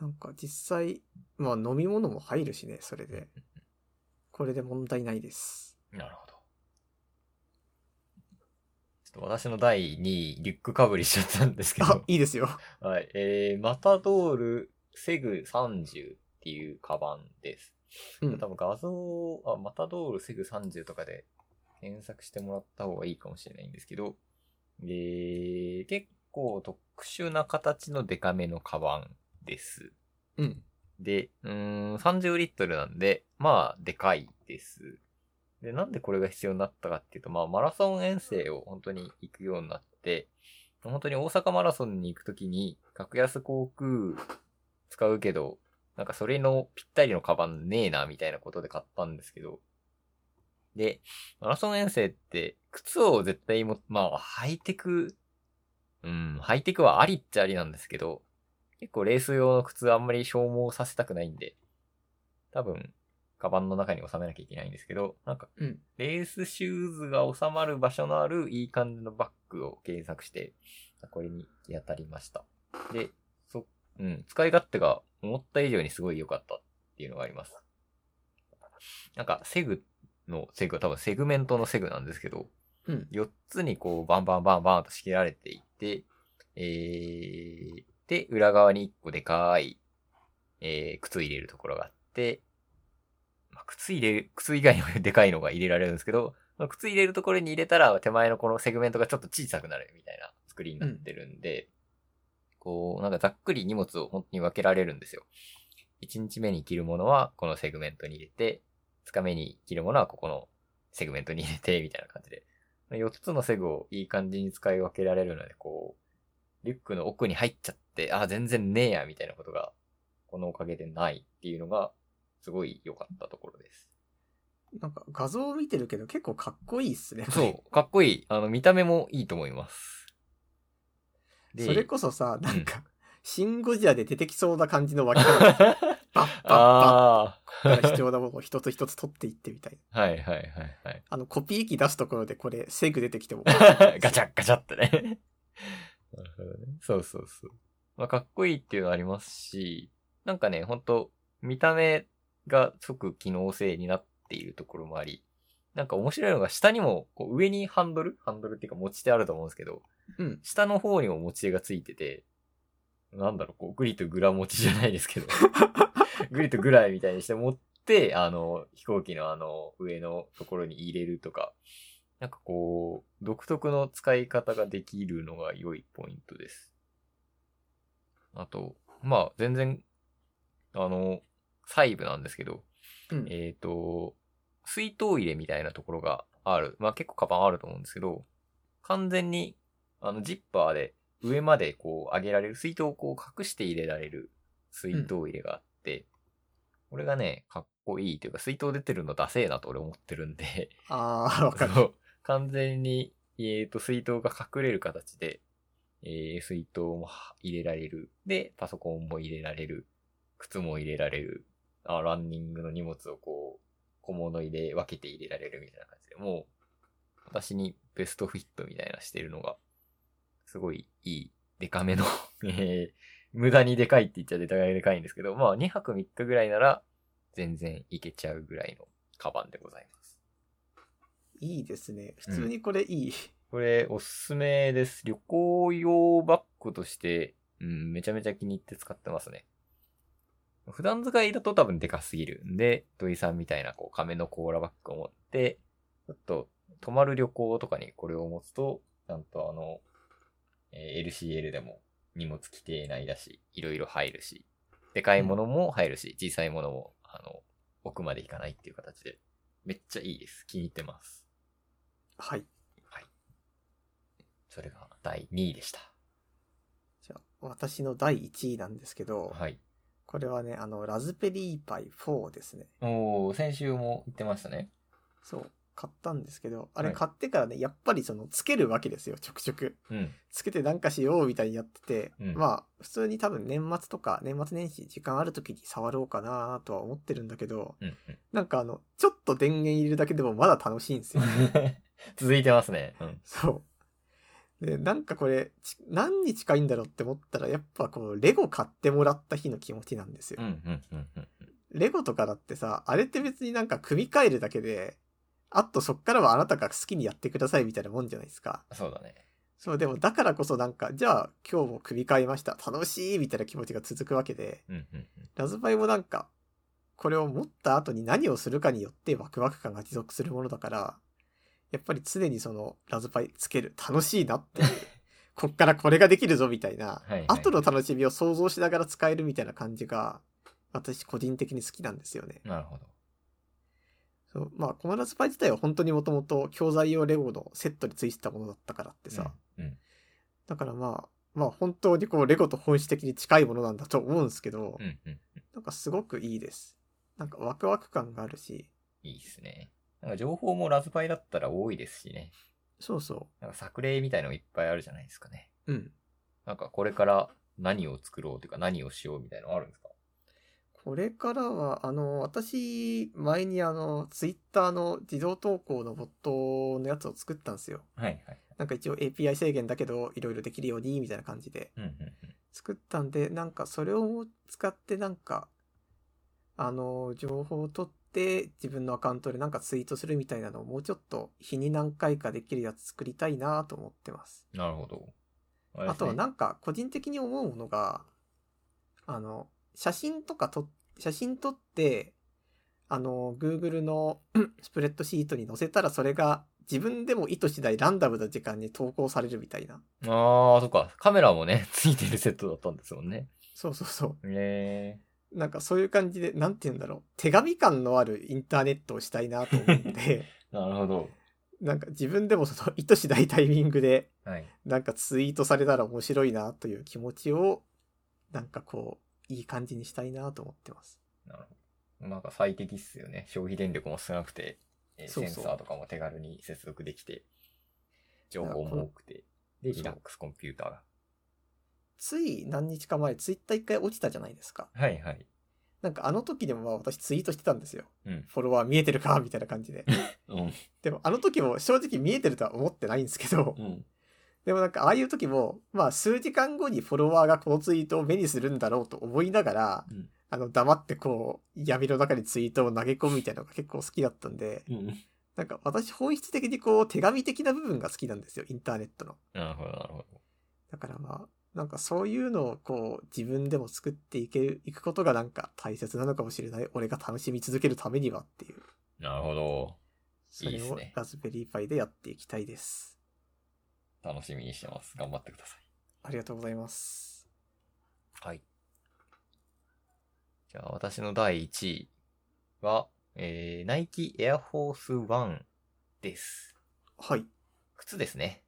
なんか、実際、まあ、飲み物も入るしね、それで。これで問題ないです。ね。なるほど。ちょっと私の第2位、リュックかぶりしちゃったんですけあど、。いいですよ。はい。えー、マタドールセグ30っていうカバンです。うん多。分画像、あ、マタドールセグ30とかで検索してもらった方がいいかもしれないんですけど、で、結構特殊な形のデカめのカバンです。うん。で、うーん、30リットルなんで、まあ、でかいです。で、なんでこれが必要になったかっていうと、まあ、マラソン遠征を本当に行くようになって、本当に大阪マラソンに行くときに、格安航空使うけど、なんかそれのぴったりのカバンねえな、みたいなことで買ったんですけど。で、マラソン遠征って、靴を絶対も、まあ、ハイテク、うん、ハイテクはありっちゃありなんですけど、結構レース用の靴あんまり消耗させたくないんで、多分、カバンの中に収めなきゃいけないんですけど、なんか、うん。レースシューズが収まる場所のあるいい感じのバッグを検索して、これに行き当たりました。で、そ、うん、使い勝手が思った以上にすごい良かったっていうのがあります。なんか、セグの、セグは多分セグメントのセグなんですけど、うん。 4つにこうバンバンバンバンと仕切られていて、えー、で、裏側に1個でかい、えー、靴入れるところがあって、まあ、靴入れる、靴以外のでかいのが入れられるんですけど、まあ靴入れるところに入れたら手前のこのセグメントがちょっと小さくなるみたいな作りになってるんで、こう、なんかざっくり荷物を本当に分けられるんですよ。1日目に着るものはこのセグメントに入れて、2日目に着るものはここのセグメントに入れて、みたいな感じで。4つのセグをいい感じに使い分けられるので、こう、リュックの奥に入っちゃって、あ、全然ねえや、みたいなことが、このおかげでないっていうのが、すごい良かったところです。なんか画像を見てるけど結構かっこいいっすね。 そう、かっこいい。あの、見た目もいいと思います。でそれこそさ、なんか、シンゴジラで出てきそうな感じの 分け方。バッバッバあッから必要なものを一つ一つ取っていってみたいな。あ、はいはいはいはい。あの、コピー機出すところでこれ、セグ出てきても。 ガチャッガチャってね。 なるほどね。そうそうそう。まあ、かっこいいっていうのありますし、なんかね、ほんと、見た目が即機能性になっているところもあり、なんか面白いのが下にも、こう上にハンドルハンドルっていうか持ち手あると思うんですけど、うん。下の方にも持ち手がついてて、なんだろう、こう、グリとグラ持ちじゃないですけ ど、グリとグラみたいにして持って、あの、飛行機のあの、上のところに入れるとか、なんかこう、独特の使い方ができるのが良いポイントです。あと、まあ、全然、あの、細部なんですけど、うん。えっ、と、水筒入れみたいなところがある。まあ結構カバンあると思うんですけど、完全に、あの、ジッパーで上までこう上げられる、水筒をこう隠して入れられる水筒入れがあって、これがね、かっこいいというか、水筒出てるのダセえなと俺思ってるんで、ああ、わかる。そう完全に、えっ、と、水筒が隠れる形で、えー水筒もは入れられる。で、パソコンも入れられる。靴も入れられる。あランニングの荷物をこう、小物入れ、分けて入れられるみたいな感じで、もう、私にベストフィットみたいなしてるのが、すごいいい、デカめの、 えー無駄にでかいって言っちゃデカいでかいんですけど、まあ2泊3日ぐらいなら、全然いけちゃうぐらいのカバンでございます。いいですね。普通にこれいい。これ、おすすめです。旅行用バッグとして、うん、めちゃめちゃ気に入って使ってますね。普段使いだと多分でかすぎるんで、土井さんみたいなこう亀の甲羅バッグを持って、ちょっと泊まる旅行とかにこれを持つと、ちゃんとあの、えー LCL でも荷物規定内だし、いろいろ入るし、でかいものも入るし、小さいものも、あの、奥まで行かないっていう形で、めっちゃいいです。気に入ってます。はい。それが第2位でした。じゃあ、私の第1位なんですけど、はい。これはね、あの、ラズベリーパイ4ですね。おお先週も言ってましたね。そう。買ったんですけど、あれはい買ってからね、やっぱりその、つけるわけですよ、ちょくちょく。うん。つけてなんかしようみたいにやってて、うんまあ、普通に多分年末とか、年末年始時間ある時に触ろうかなとは思ってるんだけど、うん、なんかあの、ちょっと電源入れるだけでもまだ楽しいんです よ。 続いてますね。うん。そう。で、なんかこれ、ち何に近いんだろうって思ったら、やっぱこう、レゴ買ってもらった日の気持ちなんですよ。うん、うん、うん、うん。レゴとかだってさ、あれって別になんか組み替えるだけで、あとそっからはあなたが好きにやってくださいみたいなもんじゃないですか。そうだね。そう、でもだからこそなんか、じゃあ今日も組み替えました。楽しいみたいな気持ちが続くわけで、うん、うん。ラズパイもなんか、これを持った後に何をするかによってワクワク感が持続するものだから、やっぱり常にそのラズパイつける楽しいな っていうこっからこれができるぞみたいなはいはい後の楽しみを想像しながら使えるみたいな感じが私個人的に好きなんですよね。なるほど。そうまあこのラズパイ自体は本当にもともと教材用レゴのセットについてたものだったからってさ、うん、うん。だからまあまあ本当にこうレゴと本質的に近いものなんだと思うんですけど、うん、うん。なんかすごくいいです。なんかワクワク感があるし、いいですね。なんか情報もラズパイだったら多いですしね。そうそなんか作例みたいのもいっぱいあるじゃないですかね。う。うん。なんかこれから何を作ろうというか何をしようみたいのあるんですかこれからは、あの、私、前にあの、ツイッターの自動投稿のボットのやつを作ったんですよ。はいはい。なんか一応 API 制限だけど、いろいろできるように、みたいな感じでうんうんうん。作ったんで、なんかそれを使ってなんか、あの、情報を取って、自分のアカウントでなんかツイートするみたいなのをもうちょっと日に何回かできるやつ作りたいなと思ってます。なるほど。あれであすねとはなんか個人的に思うものが、あの、写真とかと、写真撮って、あの、Google の スプレッドシートに載せたらそれが自分でも意図次第ランダムな時間に投稿されるみたいな。ああ、そっか。カメラもね、 ついてるセットだったんですもんね。そうそうそねう。なんかそういう感じで、なんて言うんだろう。手紙感のあるインターネットをしたいなと思 って、え。なるほど。なんか自分でもその意図次第タイミングではい。なんかツイートされたら面白いなという気持ちを、なんかこう、いい感じにしたいなと思ってます。なるほど。なんか最適っすよね。消費電力も少なくて、えーそうそうセンサーとかも手軽に接続できて、情報も多くて、で、そうリラックスコンピューターが。つい何日か前、ツイッター一回落ちたじゃないですか。はいはい。なんかあの時でもまあ私ツイートしてたんですよ。うん。フォロワー見えてるかみたいな感じで。うん。でもあの時も正直見えてるとは思ってないんですけど、うん。でもなんかああいう時も、まあ数時間後にフォロワーがこのツイートを目にするんだろうと思いながら、うんあの黙ってこう闇の中にツイートを投げ込むみたいなのが結構好きだったんで、うん。なんか私本質的にこう手紙的な部分が好きなんですよ、インターネットの。なるほど、なるほど。だからまあ、なんかそういうのをこう自分でも作っていける、いくことがなんか大切なのかもしれない。俺が楽しみ続けるためにはっていう。なるほど。そいいれですをねラズベリーパイでやっていきたいです。楽しみにしてます。頑張ってくださありがとうございます。い。はい。じゃあ、私の第1位は、えー、ナイキエアフォースワンです。はい。靴ですね。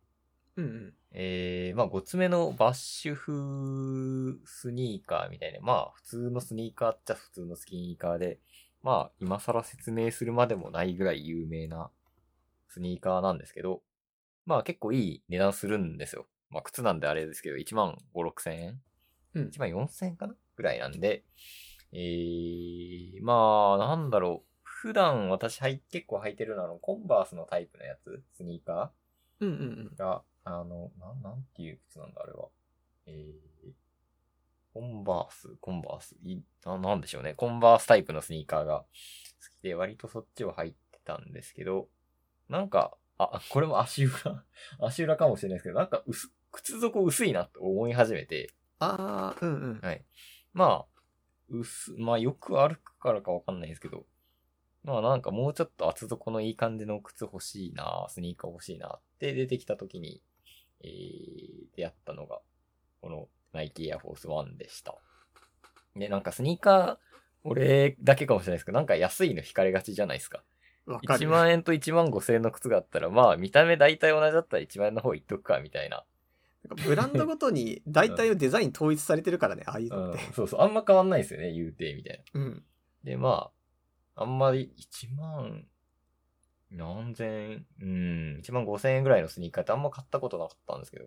うんうん。えー、まあ、ごつめのバッシュ風スニーカーみたいな、まあ、普通のスニーカーっちゃ普通のスニーカーで、まあ、今更説明するまでもないぐらい有名なスニーカーなんですけど、まあ、結構いい値段するんですよ。まあ、靴なんであれですけど、1万5、6千円うん。 1万4000円かなぐらいなんで、えー、まあ、なんだろう。普段私はい結構履いてるのはあの、コンバースのタイプのやつ、スニーカうんうんうんー。が、あの、なん、なんていう靴なんだ、あれは。えー、コンバース、コンバース、いな、なんでしょうね。コンバースタイプのスニーカーが好きで、割とそっちを履いてたんですけど、なんか、あ、これも足裏、 足裏かもしれないですけど、なんか薄、靴底薄いなって思い始めて、ああ、うんうん。はい。まあ、薄、まあよく歩くからかわかんないですけど、まあなんかもうちょっと厚底のいい感じの靴欲しいな、スニーカー欲しいなって出てきた時に、えー、出会ったのが、このナイキエアフォースワンでした。で、なんかスニーカー、俺だけかもしれないですけど、なんか安いの惹かれがちじゃないですか。わか1る。万円と1万5千円の靴があったら、まあ見た目大体同じだったら1万円の方行っとくか、みたいな。なんかブランドごとに大体のデザイン統一されてるからね、ああいううのっんて。、そうそう、あんま変わんないですよね、言うて、みたいな。うん。で、まあ、あんまり1万、何千、うん、1万5千円ぐらいのスニーカーってあんま買ったことなかったんですけど、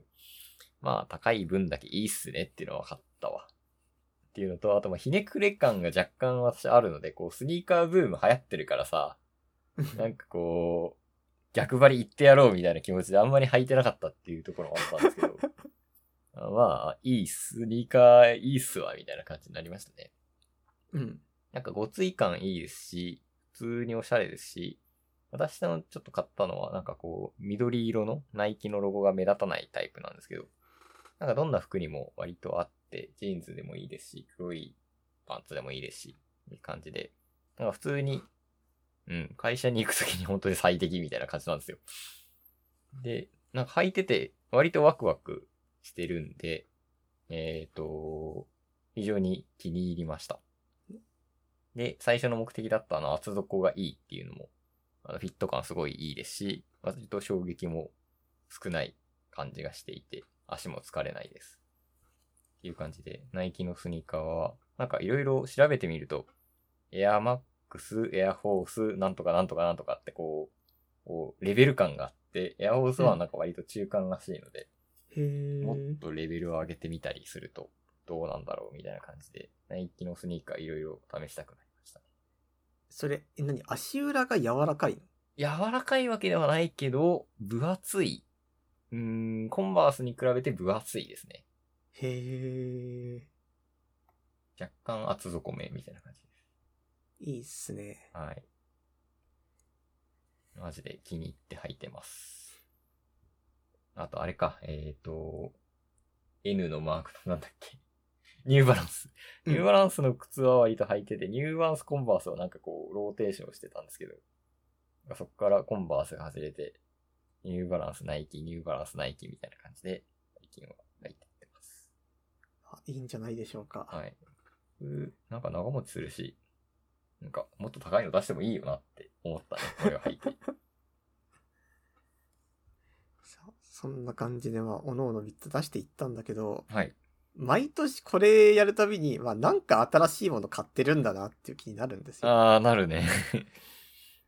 まあ、高い分だけいいっすねっていうのは分かったわ。っていうのと、あと、まあ、ひねくれ感が若干私あるので、こう、スニーカーブーム流行ってるからさ、なんかこう、逆張り行ってやろうみたいな気持ちであんまり履いてなかったっていうところもあったんですけど、あまあ、いいスニーカー、いいっすわ、みたいな感じになりましたね。うん。なんかごつい感いいですし、普通におしゃれですし、私のちょっと買ったのは、なんかこう、緑色のナイキのロゴが目立たないタイプなんですけど、なんかどんな服にも割とあって、ジーンズでもいいですし、黒いパンツでもいいですし、いい感じで、なんか普通に、うん、会社に行くときに本当に最適みたいな感じなんですよ。で、なんか履いてて、割とワクワクしてるんで、えっ、と、非常に気に入りました。で、最初の目的だったあの厚底がいいっていうのも、あのフィット感すごいいいですし、割と衝撃も少ない感じがしていて、足も疲れないです。っていう感じで、ナイキのスニーカーは、なんかいろいろ調べてみると、エアマックス、エアフォース、なんとかなんとかなんとかってこう、こうレベル感があって、エアフォースはなんか割と中間らしいので、へえ。もっとレベルを上げてみたりすると、どうなんだろうみたいな感じで、ナイキのスニーカーいろいろ試したくなりましたね。それ、え、何足裏が柔らかいの柔らかいわけではないけど、分厚い。うーん、コンバースに比べて分厚いですね。へえ。若干厚底めみたいな感じです。いいっすね。はい。マジで気に入って履いてます。あと、あれか、えっ、と、N のマークのなんだっけ。ニューバランス。うんニューバランスの靴は割と履いてて、ニューバランスコンバースはなんかこう、ローテーションしてたんですけど、そこからコンバースが外れて、ニューバランスナイキ、ニューバランスナイキみたいな感じで、最近は履いてってます。あいいんじゃないでしょうか。はい。うなんか長持ちするし、なんかもっと高いの出してもいいよなって思ったね、これを履いて。さそんな感じで、まあ、おのおの3つ出していったんだけど、 はい。毎年これやるたびに、まあ、なんか新しいもの買ってるんだなっていう気になるんですよ。ああ、なるね。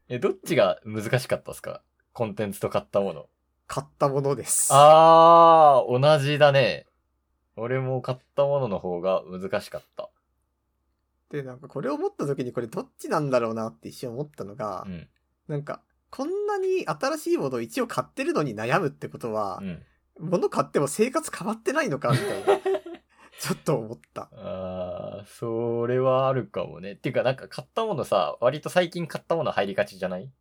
え、どっちが難しかったですかコンテンツと買ったもの。買ったものです。ああ、同じだね。俺も買ったものの方が難しかった。で、なんかこれを持った時にこれどっちなんだろうなって一瞬思ったのが、うん。なんか、こんなに新しいものを一応買ってるのに悩むってことはう、ん。物買っても生活変わってないのかみた いな、ちょっと思った。ああ、それはあるかもね。っていうか、なんか買ったものさ、割と最近買ったもの入りがちじゃない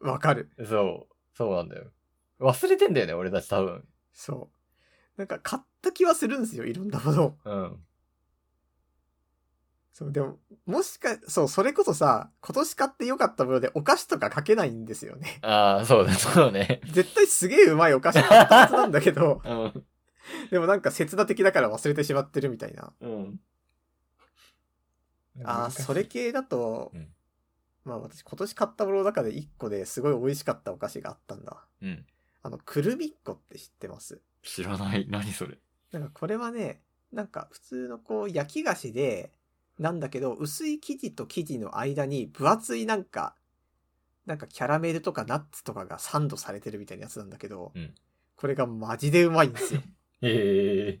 わかる。そう。そうなんだよ。忘れてんだよね、俺たち多分。そう。なんか買った気はするんですよ、いろんなものを。うん。そう、でも、もしか、そう、それこそさ、今年買って良かったものでお菓子とか書けないんですよね。ああ、そうだ、そうね。、絶対すげえうまいお菓子買ったはずなんだけどうん。でもなんか切断的だから忘れてしまってるみたいな。うん。ああ、それ系だと、うんまあ私今年買ったものの中で1個ですごい美味しかったお菓子があったんだ。うん。あの、くるみっこって知ってます知らない。何それ。なんかこれはね、なんか普通のこう焼き菓子で、なんだけど、薄い生地と生地の間に分厚いなんか、なんかキャラメルとかナッツとかがサンドされてるみたいなやつなんだけど、うんこれがマジでうまいんですよ。ええ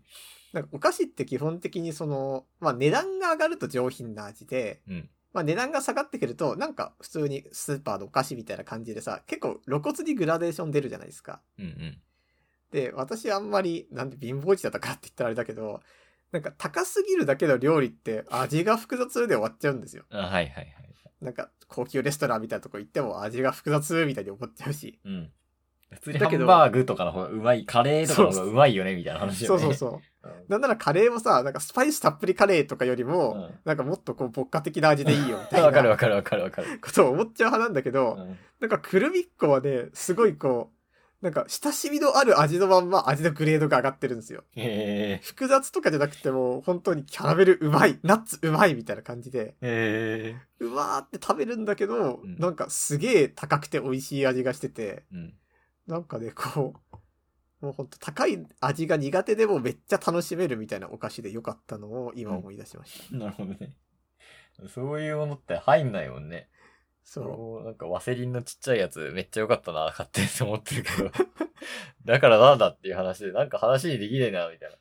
なんかお菓子って基本的にその、まあ値段が上がると上品な味で、うん。まあ値段が下がってくると、なんか普通にスーパーのお菓子みたいな感じでさ、結構露骨にグラデーション出るじゃないですか。うんうん。で、私あんまり、なんで貧乏人だったからって言ったらあれだけど、なんか高すぎるだけの料理って味が複雑で終わっちゃうんですよ。あ、はいはいはい。なんか高級レストランみたいなとこ行っても味が複雑みたいに思っちゃうし。うん。普通にハだけンどバーグとかの方がうまい、カレーとかの方がうまいよね、みたいな話そようね。そうそう。うん。なんならカレーもさ、なんかスパイスたっぷりカレーとかよりも、うんなんかもっとこう、牧歌的な味でいいよみた わいかるなわかるわかるわかる。ことを思っちゃう派なんだけど、うんなんかくるみっこはね、すごいこう、なんか親しみのある味のまんま味のグレードが上がってるんですよ。ええ複雑とかじゃなくても、本当にキャラメルうまい、ナッツうまいみたいな感じで、ええうわーって食べるんだけど、うんなんかすげえ高くて美味しい味がしてて、うん。なんかね、こう、もうほんと高い味が苦手でもめっちゃ楽しめるみたいなお菓子でよかったのを今思い出しました。なるほどね。そういうものって入んないもんね。そう。もうなんかワセリンのちっちゃいやつめっちゃ良かったな、買ってって思ってるけど。 だからなんだっていう話で、なんか話にできねえな、みたいな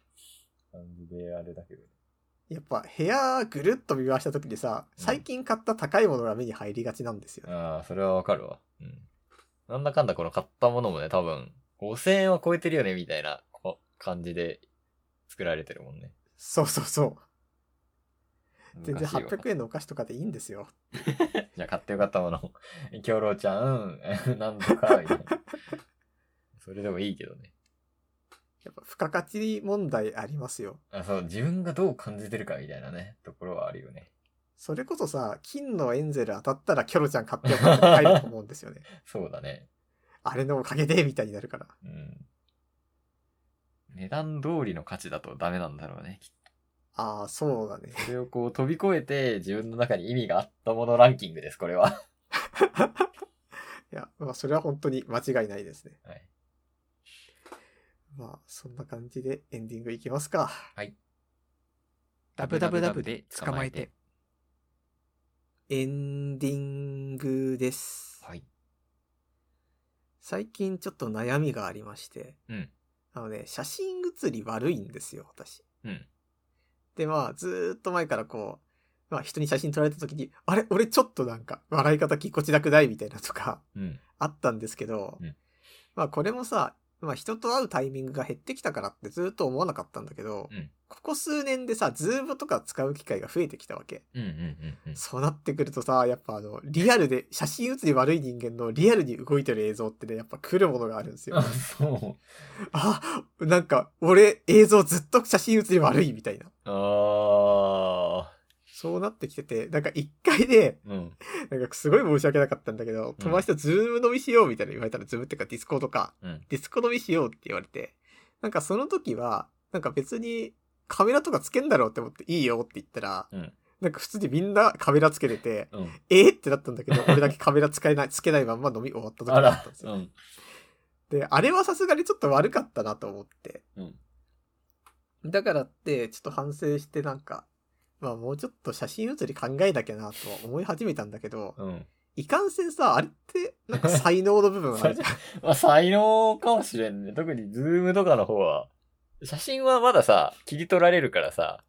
感じであれだけど。やっぱ部屋ぐるっと見回した時でさ、うん最近買った高いものが目に入りがちなんですよね。ああ、それはわかるわ。うん。なんだかんだこの買ったものもね、多分、5000円は超えてるよね、みたいなこ感じで作られてるもんね。そうそうそう。全然難しいわ800円のお菓子とかでいいんですよ。じゃあ買ってよかったもの。 京郎ちゃん、うん、 なんとか、みたいな。それでもいいけどね。やっぱ付加価値問題ありますよ。あそう、自分がどう感じてるかみたいなね、ところはあるよね。それこそさ、金のエンゼル当たったらキョロちゃん買ってよかったって入ると思うんで すよね。そうだね。あれのおかげで、みたいになるから。うん。値段通りの価値だとダメなんだろうね。きっああ、そうだね。とそれをこう飛び越えて自分の中に意味があったものランキングです、これは。いや、まあ、それは本当に間違いないですね。 はい。まあ、そんな感じでエンディングいきますか。ダブダブダブで捕まえて。エンディングです。はい。最近ちょっと悩みがありまして。うん。あのね、写真写り悪いんですよ、私。うん。で、まあ、ずーっと前からこう、まあ、人に写真撮られた時に、あれ俺ちょっとなんか、笑い方ぎこちなくないみたいなとか、 うん。あったんですけど、うんまあ、これもさ、まあ、人と会うタイミングが減ってきたからってずーっと思わなかったんだけど、うんここ数年でさ、ズームとか使う機会が増えてきたわけ。うんうんうん うん。そうなってくるとさ、やっぱあの、リアルで、写真写り悪い人間のリアルに動いてる映像ってね、やっぱ来るものがあるんですよあ、。そう。あ、なんか、俺映像ずっと写真写り悪いみたいな。あそうなってきてて、なんか一回で、ー。うん。なんかすごい申し訳なかったんだけど、友達とズーム飲みしようみたいな言われたら、ズームっていうかディスコードか、うん。ディスコ飲みしようって言われて、なんかその時は、なんか別にカメラとかつけんだろうって思っていいよって言ったら、うんなんか普通にみんなカメラつけてて、うん。えー、ってなったんだけ ど、俺だけカメラ使えない、つけないまんま飲み終わった時あだっらたんです。うよ。ん。で、あれはさすがにちょっと悪かったなと思って。うん。だからって、ちょっと反省してなんか、まあもうちょっと写真写り考えなきゃなとは思い始めたんだけど、うん。いかんせんさ、あれって、なんか才能の部分あるじゃ ん。まあ、才能かもしれんね。特にズームとかの方は。写真はまださ、切り取られるからさ。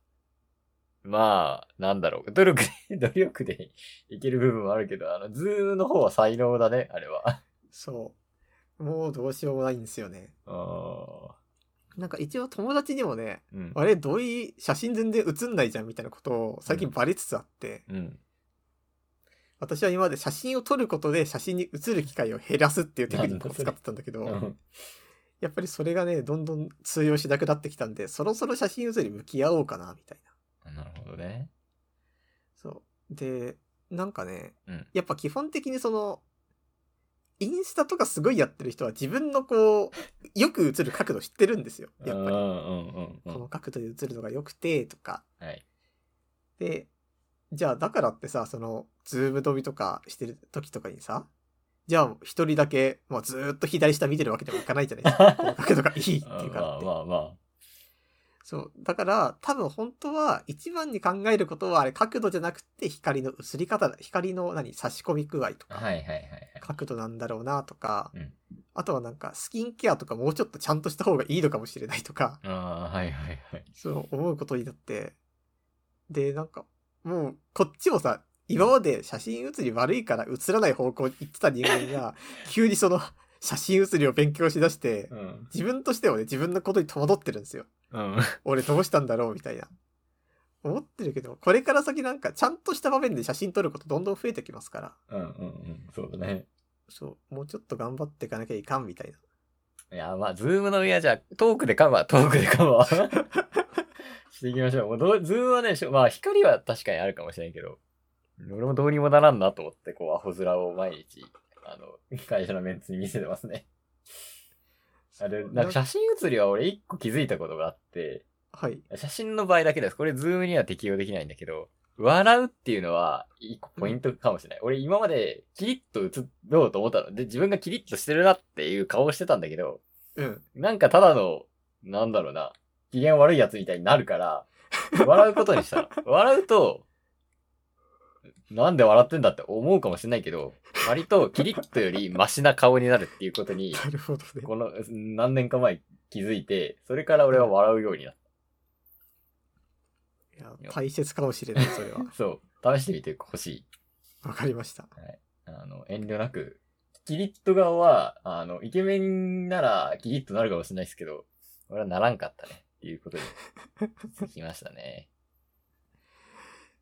まあ、なんだろう。努力で、 努力でいける部分はあるけど、あの、ズームの方は才能だね、あれは。 そう。もうどうしようもないんですよね。あなんか一応友達にもね、ーうん。あれ、どうい写真全然写んないじゃんみたいなことを最近バレつつあって、うん。私は今まで写真を撮ることで写真に写る機会を減らすっていうテクニックを使ってたんだけど、うんやっぱりそれがね、どんどん通用しなくなってきたんで、そろそろ写真写り向き合おうかな、みたいな。なるほどね。そう。で、なんかね、うんやっぱ基本的にその、インスタとかすごいやってる人は自分のこう、よく映る角度知ってるんですよ。やっぱうり。んうんうんこうの角度で映るのが良くて、とか。ん。はい。で、じゃあだからってさ、その、ズーム飛びとかしてる時とかにさ、じゃあ一人だけ、まあずーっと左下見てるわけでもいかないじゃない ですか。この角度がいいっていうあからって。まあまあまあ。そう。だから、多分本当は、一番に考えることは、あれ、角度じゃなくて、光の映り方だ、光の何、差し込み具合とか、はいはいはいはい。角度なんだろうなとか、うんあとはなんか、スキンケアとかもうちょっとちゃんとした方がいいのかもしれないとか、ああ、はいはいはい。そう思うことになって、で、なんか、もう、こっちもさ、今まで写真写り悪いから写らない方向に行ってた人間 が、急にその、写真写りを勉強しだしてう、ん。自分としてはね、自分のことに戸惑ってるんですよ。うん。俺どうしたんだろうみたいな。思ってるけど、これから先なんかちゃんとした場面で写真撮ることどんどん増えてきますから、うんうんうん。そうだね。そう、もうちょっと頑張っていかなきゃいかんみたいな。いや、まあ、ズームのみはじゃあ、トークでカバー、トークでカバー。していきましょう。もうどう、ズームはね、しょまあ、光は確かにあるかもしれないけど、俺もどうにもならんなと思って、こう、アホ面を毎日、あの、会社のメンツに見せてますね。あれ、なんか写真写りは俺一個気づいたことがあって、はい。写真の場合だけです。これ、ズームには適用できないんだけど、笑うっていうのは、一個ポイントかもしれない。俺、今まで、キリッと映ろうと思ったの。で、自分がキリッとしてるなっていう顔をしてたんだけど、うん。なんかただの、なんだろうな、機嫌悪いやつみたいになるから、笑うことにしたの。笑うと、なんで笑ってんだって思うかもしれないけど、割とキリッとよりマシな顔になるっていうことに、なるほどね。この何年か前気づいて、それから俺は笑うようになっいや大切かもしれない、それ は。た。そう。試してみてほしい。わかりました。あの、遠慮なく。キリッと顔は、あの、イケメンならキリッとなるかもしれないですけど、俺はならんかったね。っていうことで、聞きましたね。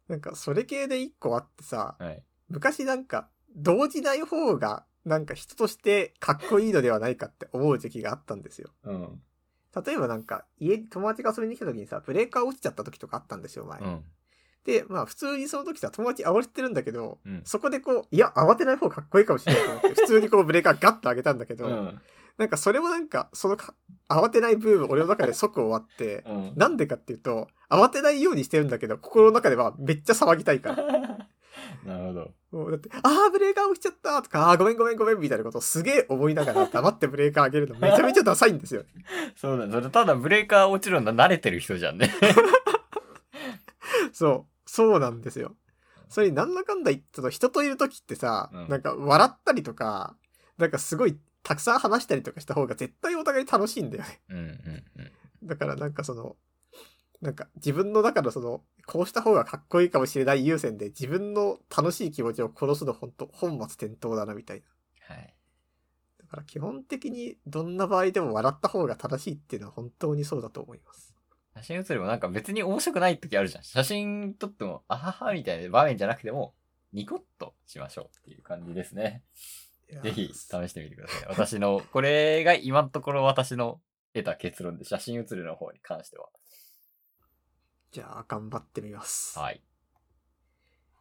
なんか、それ系で一個あってさ、はい。昔なんか、動じない方が、なんか人としてかっこいいのではないかって思う時期があったんですよ。うん。例えばなんか、家に友達が遊びに来た時にさ、ブレーカー落ちちゃった時とかあったんですよ、前。うん。で、まあ普通にその時さ、友達暴れてるんだけど、うんそこでこう、いや、慌てない方がかっこいいかもしれないと思って、普通にこうブレーカーガッと上げたんだけど、うん。なんかそれもなんか、そのか慌てないブーム、俺の中で即終わって、うん。 なんでかっていうと、慌てないようにしてるんだけど、心の中ではめっちゃ騒ぎたいから。なるほど。もうだって、あーブレーカー起きちゃったとか、あーごめんごめんごめんみたいなことをすげえ思いながら黙ってブレーカー上げ るのめちゃめちゃダサいんですよ。そうだ、それただブレーカー落ちるの慣れてる人じゃんね。そう。そうなんですよ。それになんだかんだ言ってたと人といる時ってさ、うんなんか笑ったりとか、なんかすごいたくさん話したりとかした方が絶対お互い楽しいんだよね。 うんうんうん。だからなんかその、なんか自分の中のその、こうした方がかっこいいかもしれない優先で自分の楽しい気持ちを殺すの本当本末転倒だなみたいな。はい。だから基本的にどんな場合でも笑った方が正しいっていうのは本当にそうだと思います。写真写りもなんか別に面白くない時あるじゃん。写真撮っても、あははみたいな場面じゃなくても、ニコッとしましょうっていう感じですね。いやぜひ試してみてください。私の、これが今のところ私の得た結論で、写真写りの方に関しては。じゃあ頑張ってみます。はい。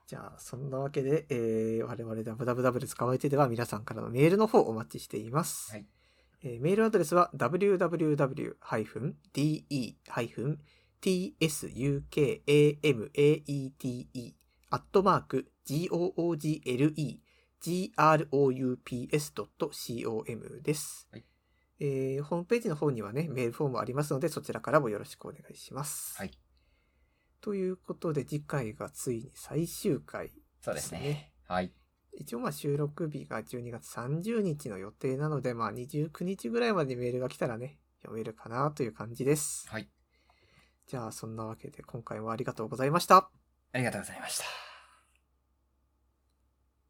じゃあ、そんなわけで、えー、我々ダブダブダブル捕まえてでは皆さんからのメールの方お待ちしています。はいえーメールアドレスは www-de-tsukamate アットマーク google-groups.com です、はいえーホームページの方にはね、メールフォームありますので、そちらからもよろしくお願いします。はいということで、次回がついに最終回そうですね。ですねはい。一応まあ収録日が12月30日の予定なので、まあ29日ぐらいまでメールが来たらね、読めるかなという感じです。はい。じゃあそんなわけで今回もありがとうございました。ありがとうございました。